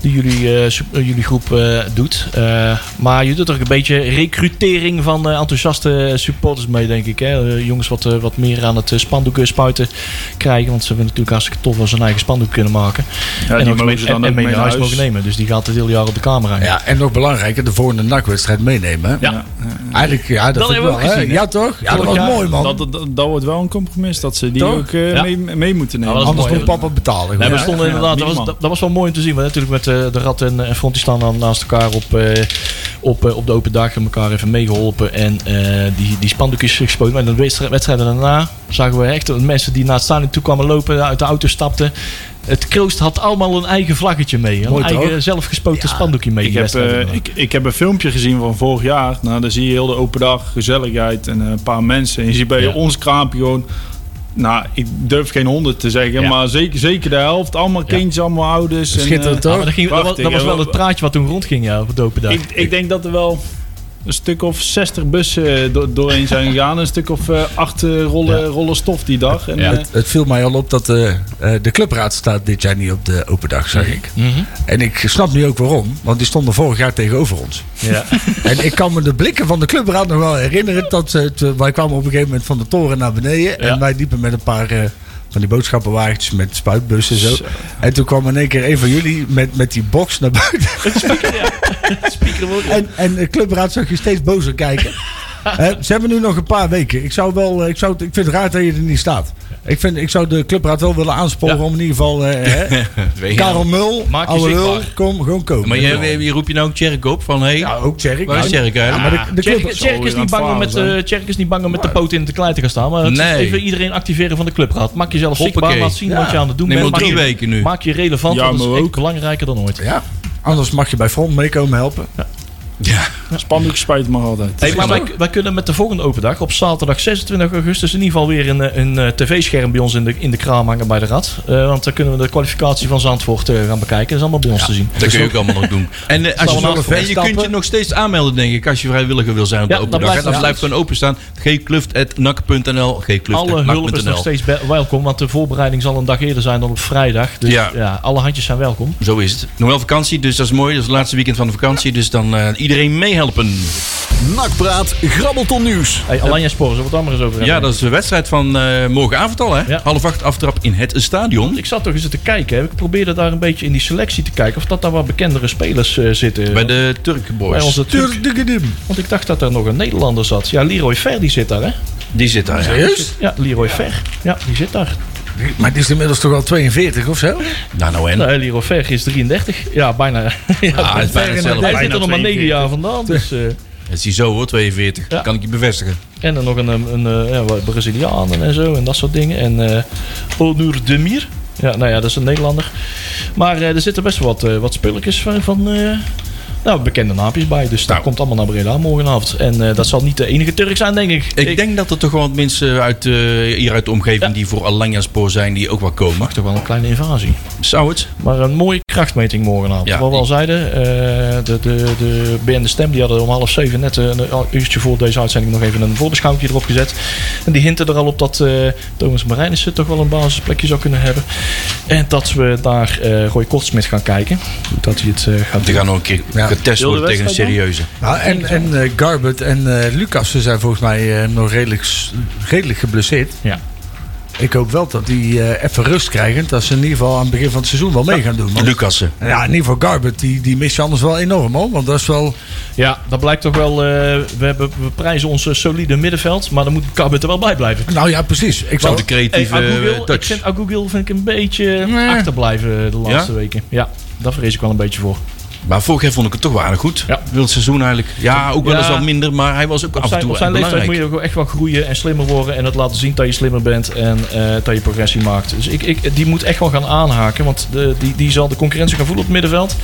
Speaker 4: die jullie, eh, sup- eh, jullie groep eh, doet. Eh, maar je doet er ook een beetje recrutering van eh, enthousiaste supporters mee, denk ik. Hè? Eh, jongens wat, eh, wat meer aan het eh, spandoek eh, spuiten krijgen, want ze vinden het natuurlijk hartstikke tof als ze een eigen spandoek kunnen maken.
Speaker 5: ja, die
Speaker 4: ook
Speaker 5: mogen ze dan
Speaker 4: en,
Speaker 5: ook
Speaker 4: en mee naar huis
Speaker 5: huis.
Speaker 4: mogen nemen, dus die gaat het hele jaar op de kamer hangen.
Speaker 3: Ja, en nog belangrijker, de volgende nachtwedstrijd meenemen. hè?
Speaker 5: Ja.
Speaker 3: Eigenlijk, ja, dat, vind ik
Speaker 4: hebben we
Speaker 3: wel,
Speaker 4: ook
Speaker 3: hè?
Speaker 4: gezien, hè?
Speaker 3: Ja, toch? Ja, dat was
Speaker 4: Ja,
Speaker 3: mooi, man.
Speaker 5: Dat, dat, dat, dat wordt wel een compromis dat ze die
Speaker 3: Toch?
Speaker 5: ook eh,
Speaker 4: Ja.
Speaker 5: mee, mee moeten nemen.
Speaker 4: Ja, dat is
Speaker 3: Anders
Speaker 4: mooi,
Speaker 3: moet papa betalen.
Speaker 4: Nee,
Speaker 3: gewoon.
Speaker 4: we
Speaker 5: Ja,
Speaker 4: stonden
Speaker 5: ja,
Speaker 4: inderdaad, dat was,
Speaker 5: minimaal.
Speaker 4: dat, dat was wel mooi om te zien. Maar natuurlijk met eh, de Rat en, en Fronti staan dan naast elkaar op, eh, op, eh, op de open dag. en elkaar even meegeholpen. En eh, die, die spandoekjes gespoten. Maar in de wedstrijd, wedstrijden daarna zagen we echt mensen die naar het stadion toe kwamen lopen. Uit de auto stapten. Het kroost had allemaal een eigen vlaggetje mee. Een
Speaker 3: Mooi toch?
Speaker 4: eigen zelfgespoten spandoekje mee.
Speaker 5: Ik
Speaker 4: die
Speaker 5: heb,
Speaker 4: wedstrijd
Speaker 5: eh,
Speaker 4: inderdaad.
Speaker 5: ik, ik heb een filmpje gezien van vorig jaar. Nou, dan zie je heel de open dag, gezelligheid en eh, een paar mensen. En je ziet bij
Speaker 4: Ja.
Speaker 5: ons kraampje gewoon... Nou, ik durf geen honderd te zeggen,
Speaker 4: Ja.
Speaker 5: maar zeker, zeker de helft. Allemaal
Speaker 4: Ja.
Speaker 5: kindjes, allemaal ouders.
Speaker 3: Schitterend,
Speaker 5: en, eh,
Speaker 4: Ah, maar dat, ging, dat, was,
Speaker 5: prachtig,
Speaker 4: dat was
Speaker 5: hè?
Speaker 4: wel het praatje wat toen rondging ja, op de open dag.
Speaker 5: ik, ik denk dat er wel een stuk of 60 bussen eh, do- doorheen zijn gegaan. een stuk of eh, acht eh, rollen,
Speaker 4: Ja.
Speaker 5: rollen stof die dag. En,
Speaker 4: Ja.
Speaker 5: eh,
Speaker 3: Het viel mij al op dat eh, eh, de clubraad staat dit jaar niet op de open dag, zeg ik.
Speaker 4: Mhm.
Speaker 3: En ik snap nu ook waarom, want die stonden vorig jaar tegenover ons.
Speaker 4: ja.
Speaker 3: En ik kan me de blikken van de clubraad nog wel herinneren. Dat, ze het, eh, wij kwamen op een gegeven moment van de toren naar beneden. En wij liepen met een paar eh, van die boodschappenwagentjes met spuitbussen en zo. En toen kwam in één keer een van jullie met, met die box naar buiten. en, en de clubraad zag je steeds bozer kijken. Eh, ze hebben nu nog een paar weken. Ik, zou wel, eh, ik, zou, het- ik vind het raar dat je er niet staat. Ik, vind, ik zou de clubraad wel willen aansporen
Speaker 4: Ja.
Speaker 3: om in ieder geval... eh, hè,
Speaker 2: Weet je.
Speaker 3: Karel Mul,
Speaker 4: Maak je
Speaker 3: oude lul,
Speaker 4: zichtbaar.
Speaker 3: kom, gewoon kopen.
Speaker 2: Maar jij, wie roep je nou Tjerk op? Van hé, hey,
Speaker 3: Ja, ook Tjerk. Ah,
Speaker 2: waar is Tjerk
Speaker 3: Ja,
Speaker 2: uit?
Speaker 3: maar de, de club-
Speaker 4: Tjerk Tjerk is,
Speaker 5: Zo,
Speaker 4: niet bang om
Speaker 5: aan
Speaker 4: met,
Speaker 5: het falen
Speaker 4: eh, Tjerk is niet bang om met de poten in de klei te gaan staan. Maar het is
Speaker 2: Nee.
Speaker 4: even iedereen activeren van de clubraad. Maak jezelf zichtbaar.
Speaker 2: Hoppakee.
Speaker 4: Laat zien
Speaker 3: Ja.
Speaker 4: wat je aan het doen
Speaker 2: Neem
Speaker 4: bent.
Speaker 2: al drie
Speaker 4: maak je,
Speaker 2: weken nu.
Speaker 4: Maak je relevant.
Speaker 5: Ja,
Speaker 4: want dat
Speaker 5: maar
Speaker 4: is echt
Speaker 5: ook.
Speaker 4: belangrijker dan ooit.
Speaker 3: Ja, anders mag je bij Front meekomen helpen.
Speaker 2: Ja.
Speaker 5: Spandoek spuit maar altijd.
Speaker 4: Hey, maar
Speaker 2: Is
Speaker 4: wij,
Speaker 2: dat
Speaker 4: wij kunnen met de volgende open dag op zaterdag 26 augustus in ieder geval weer een, eh, een eh, tv-scherm bij ons in de, in de kraam hangen bij de rad. Eh, want dan kunnen we de kwalificatie van Zandvoort eh, gaan bekijken. Dat is allemaal bij ons te zien.
Speaker 2: Dat kun je ook allemaal nog doen. En, eh, als
Speaker 4: Zal
Speaker 2: je,
Speaker 4: wel
Speaker 2: nog-
Speaker 3: een
Speaker 2: en je
Speaker 3: verstappen.
Speaker 2: kunt je nog steeds aanmelden, denk ik, als je vrijwilliger wil zijn op
Speaker 4: Ja,
Speaker 2: de open
Speaker 4: dat
Speaker 2: dag.
Speaker 4: blijft-
Speaker 2: dat
Speaker 4: ja.
Speaker 2: blijft gewoon openstaan. gcluft.nak.nl,
Speaker 4: Alle hulp is nog
Speaker 2: gcluft.nak.nl.
Speaker 4: steeds be- welkom, want de voorbereiding zal een dag eerder zijn dan op vrijdag. Dus ja,
Speaker 2: Ja.
Speaker 4: alle handjes zijn welkom.
Speaker 2: Zo is het. Nog wel vakantie, dus dat is mooi. Dat is het laatste weekend van de vakantie. Dus dan eh, iedereen meehelpen.
Speaker 1: Nakpraat, grabbelton nieuws.
Speaker 4: Hey, Alanya Sports, zullen we het daar maar eens over hebben?
Speaker 2: Ja, dat is de wedstrijd van eh, morgenavond al, hè?
Speaker 4: Ja.
Speaker 2: Half acht aftrap in het stadion.
Speaker 4: Ik zat toch eens te kijken. hè. Ik probeerde daar een beetje in die selectie te kijken. Of dat daar wat bekendere spelers eh, zitten.
Speaker 2: Bij de Turk
Speaker 4: Bij
Speaker 2: Boys.
Speaker 4: onze Turk.
Speaker 3: Turdigedim.
Speaker 4: Want ik dacht dat daar nog een Nederlander zat. Ja, Leroy Ver die zit daar, hè?
Speaker 2: Die zit daar. ja.
Speaker 3: Serieus?
Speaker 4: Ja, Leroy Ver. Ja, die zit daar.
Speaker 3: Maar die is inmiddels toch al 42 of zo?
Speaker 2: Nou, nou en.
Speaker 4: Nee, Leroy Ver is 33. Ja, bijna. Ja,
Speaker 2: Ah, het is bijna hetzelfde.
Speaker 4: hij zit er nog maar 9
Speaker 5: 42.
Speaker 4: jaar vandaan. Dus, eh,
Speaker 2: Het is hier zo hoor, 42.
Speaker 4: Ja.
Speaker 2: Kan ik je bevestigen.
Speaker 4: en dan nog een, een, eh, ja, wat Brazilianen en zo en dat soort dingen. En eh Onur Demir. Ja, nou ja, dat is een Nederlander. Maar eh, er zitten best wel wat, eh, wat spulletjes van, van eh, nou, bekende naampjes bij. Dus dat
Speaker 2: Nou.
Speaker 4: komt allemaal naar Breda morgenavond. En eh, dat zal niet de enige Turk zijn, denk ik.
Speaker 2: Ik, denk dat er toch wel wat mensen uit, eh, hier uit de omgeving
Speaker 4: Ja.
Speaker 2: die voor Alanya Spoor zijn, die ook wel komen.
Speaker 4: mag toch wel een kleine invasie.
Speaker 2: Zou het?
Speaker 4: Maar een mooie krachtmeting morgenavond.
Speaker 2: Ja.
Speaker 4: Wat we al zeiden, eh, de, de, de BN De Stem die hadden om half zeven net eh, een uurtje voor deze uitzending nog even een voorbeschouwtje erop gezet. En die hinten er al op dat eh Thomas Marijnissen toch wel een basisplekje zou kunnen hebben. En dat we naar eh Roy Kortsmit gaan kijken. Hoe dat hij het eh,
Speaker 2: Die
Speaker 4: gaat doen.
Speaker 2: gaan nog een keer
Speaker 3: Ja.
Speaker 2: getest
Speaker 5: Heel de
Speaker 2: worden tegen een
Speaker 5: wedstrijd
Speaker 2: serieuze.
Speaker 3: Nou, en en eh, Garbert en eh, Lucas ze zijn volgens mij eh, nog redelijk, s- redelijk geblesseerd.
Speaker 4: Ja.
Speaker 3: Ik hoop wel dat die eh, even rust krijgen. Dat ze in ieder geval aan het begin van het seizoen wel mee gaan doen. want-
Speaker 2: Lucassen.
Speaker 3: ja, in ieder geval Garbert, die, die mis je anders wel enorm hoor. Want dat is wel...
Speaker 4: ja, dat blijkt toch wel. eh, we, hebben, we prijzen ons eh, solide middenveld, maar dan moet Kabit er wel bij blijven.
Speaker 3: Nou ja, precies.
Speaker 2: Zou
Speaker 3: Ik zou...
Speaker 2: de
Speaker 4: Hey,
Speaker 2: creatieve
Speaker 4: Agugil,
Speaker 2: eh,
Speaker 4: ik
Speaker 2: touch.
Speaker 4: vind Agugil vind ik een beetje
Speaker 3: Nee.
Speaker 4: achterblijven de laatste weken. Ja, daar vrees ik wel een beetje voor.
Speaker 2: Maar vorig jaar vond ik het toch wel aardig goed.
Speaker 4: Ja.
Speaker 2: Heel het seizoen eigenlijk. Ja, ook wel eens
Speaker 4: Ja.
Speaker 2: wat minder, maar hij was ook
Speaker 4: Op
Speaker 2: af en
Speaker 4: zijn,
Speaker 2: toe
Speaker 4: op zijn
Speaker 2: echt
Speaker 4: leeftijd moet
Speaker 2: belangrijk.
Speaker 4: je ook echt wel groeien en slimmer worden. En het laten zien dat je slimmer bent en eh, dat je progressie maakt. Dus ik, ik, die moet echt wel gaan aanhaken. Want de, die, die zal de concurrentie gaan voelen op het middenveld.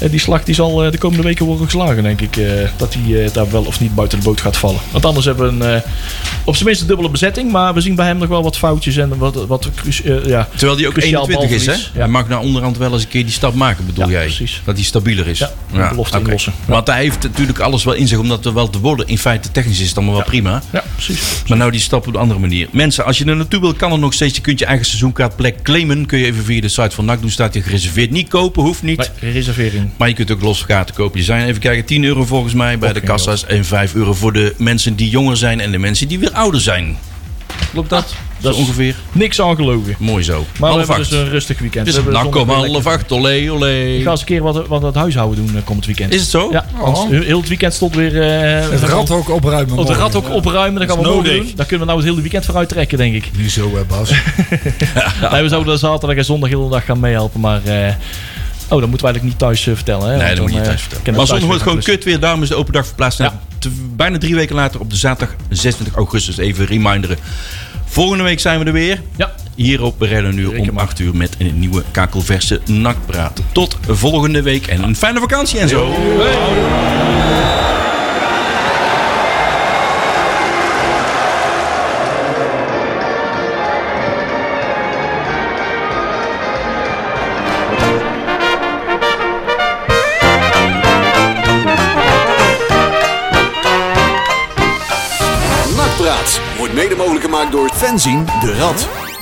Speaker 4: En die slag die zal eh, de komende weken worden geslagen, denk ik. eh, dat hij eh, daar wel of niet buiten de boot gaat vallen. Want anders hebben we een, eh, op zijn minst een dubbele bezetting. Maar we zien bij hem nog wel wat foutjes en wat, wat cru- eh, ja,
Speaker 2: Terwijl hij ook
Speaker 4: Cruciaal
Speaker 2: 21 is, hè?
Speaker 4: balverlies. Ja.
Speaker 2: Hij mag nou onderhand wel eens een keer die stap maken, bedoel
Speaker 4: Ja,
Speaker 2: jij?
Speaker 4: precies.
Speaker 2: Dat hij stabiel speler is.
Speaker 4: Ja, een belofte
Speaker 2: oké.
Speaker 4: inlossen.
Speaker 2: Want hij heeft natuurlijk alles wel in zich om dat wel te worden. In feite, technisch is het allemaal wel prima.
Speaker 4: Ja, precies.
Speaker 2: Maar nou die stap op een andere manier. Mensen, als je er naartoe wil, kan er nog steeds. Je kunt je eigen seizoenkaartplek claimen. Kun je even via de site van NAC doen. Staat hier gereserveerd. Niet kopen, hoeft niet.
Speaker 4: Nee, reservering.
Speaker 2: Maar je kunt ook losse kaarten kopen. Je zijn even kijken, 10 euro volgens mij bij de
Speaker 4: geen
Speaker 2: kassa's. En 5 euro voor de mensen die jonger zijn en de mensen die weer ouder zijn. Klopt dat?
Speaker 4: dat
Speaker 2: dat
Speaker 4: is-
Speaker 2: is ongeveer.
Speaker 4: Niks aan gelogen.
Speaker 2: Mooi zo.
Speaker 4: Maar we
Speaker 2: half
Speaker 4: hebben
Speaker 2: acht.
Speaker 4: dus een rustig weekend.
Speaker 2: Het is
Speaker 4: We
Speaker 2: een
Speaker 4: hebben
Speaker 2: nou, kom
Speaker 4: zondag weer
Speaker 2: half
Speaker 4: lekker-
Speaker 2: acht. Olé,
Speaker 4: Ik
Speaker 2: olé.
Speaker 4: ga eens een keer wat, wat aan het huishouden doen eh, komend weekend.
Speaker 2: Is het zo?
Speaker 4: Ja, want
Speaker 3: Oh.
Speaker 4: heel het weekend stond weer... eh,
Speaker 3: Het rad ook opruimen.
Speaker 4: Oh, de
Speaker 3: morgen.
Speaker 4: rat ook opruimen, dat gaan we
Speaker 5: Dat is
Speaker 4: morgen
Speaker 5: no
Speaker 4: doen. Daar kunnen we nou het hele weekend voor uittrekken, denk ik.
Speaker 3: Niet zo, hè, Bas.
Speaker 4: Nee, we zouden zaterdag en zondag heel de dag gaan meehelpen, maar... eh, oh, dat moeten we eigenlijk niet thuis eh, vertellen, hè?
Speaker 2: Nee,
Speaker 4: want
Speaker 2: dat moet je
Speaker 4: dan,
Speaker 2: niet
Speaker 4: eh,
Speaker 2: thuis
Speaker 4: kan
Speaker 2: vertellen.
Speaker 4: het
Speaker 2: Maar
Speaker 4: thuis
Speaker 2: zon wordt
Speaker 4: weer
Speaker 2: gewoon
Speaker 4: gaan
Speaker 2: kut weer. Daarom is de open dag verplaatst naar te- bijna drie weken later op de zaterdag 26 augustus. Even reminderen. Volgende week zijn we er weer.
Speaker 4: klussen. Ja,
Speaker 2: Hier op Redden nu
Speaker 4: Reken
Speaker 2: om
Speaker 4: maar.
Speaker 2: 8 uur met een nieuwe kakelverse nachtpraat. Tot volgende week en een fijne vakantie en zo.
Speaker 1: Nakpraat wordt mede mogelijk gemaakt door Fenzin de Rad.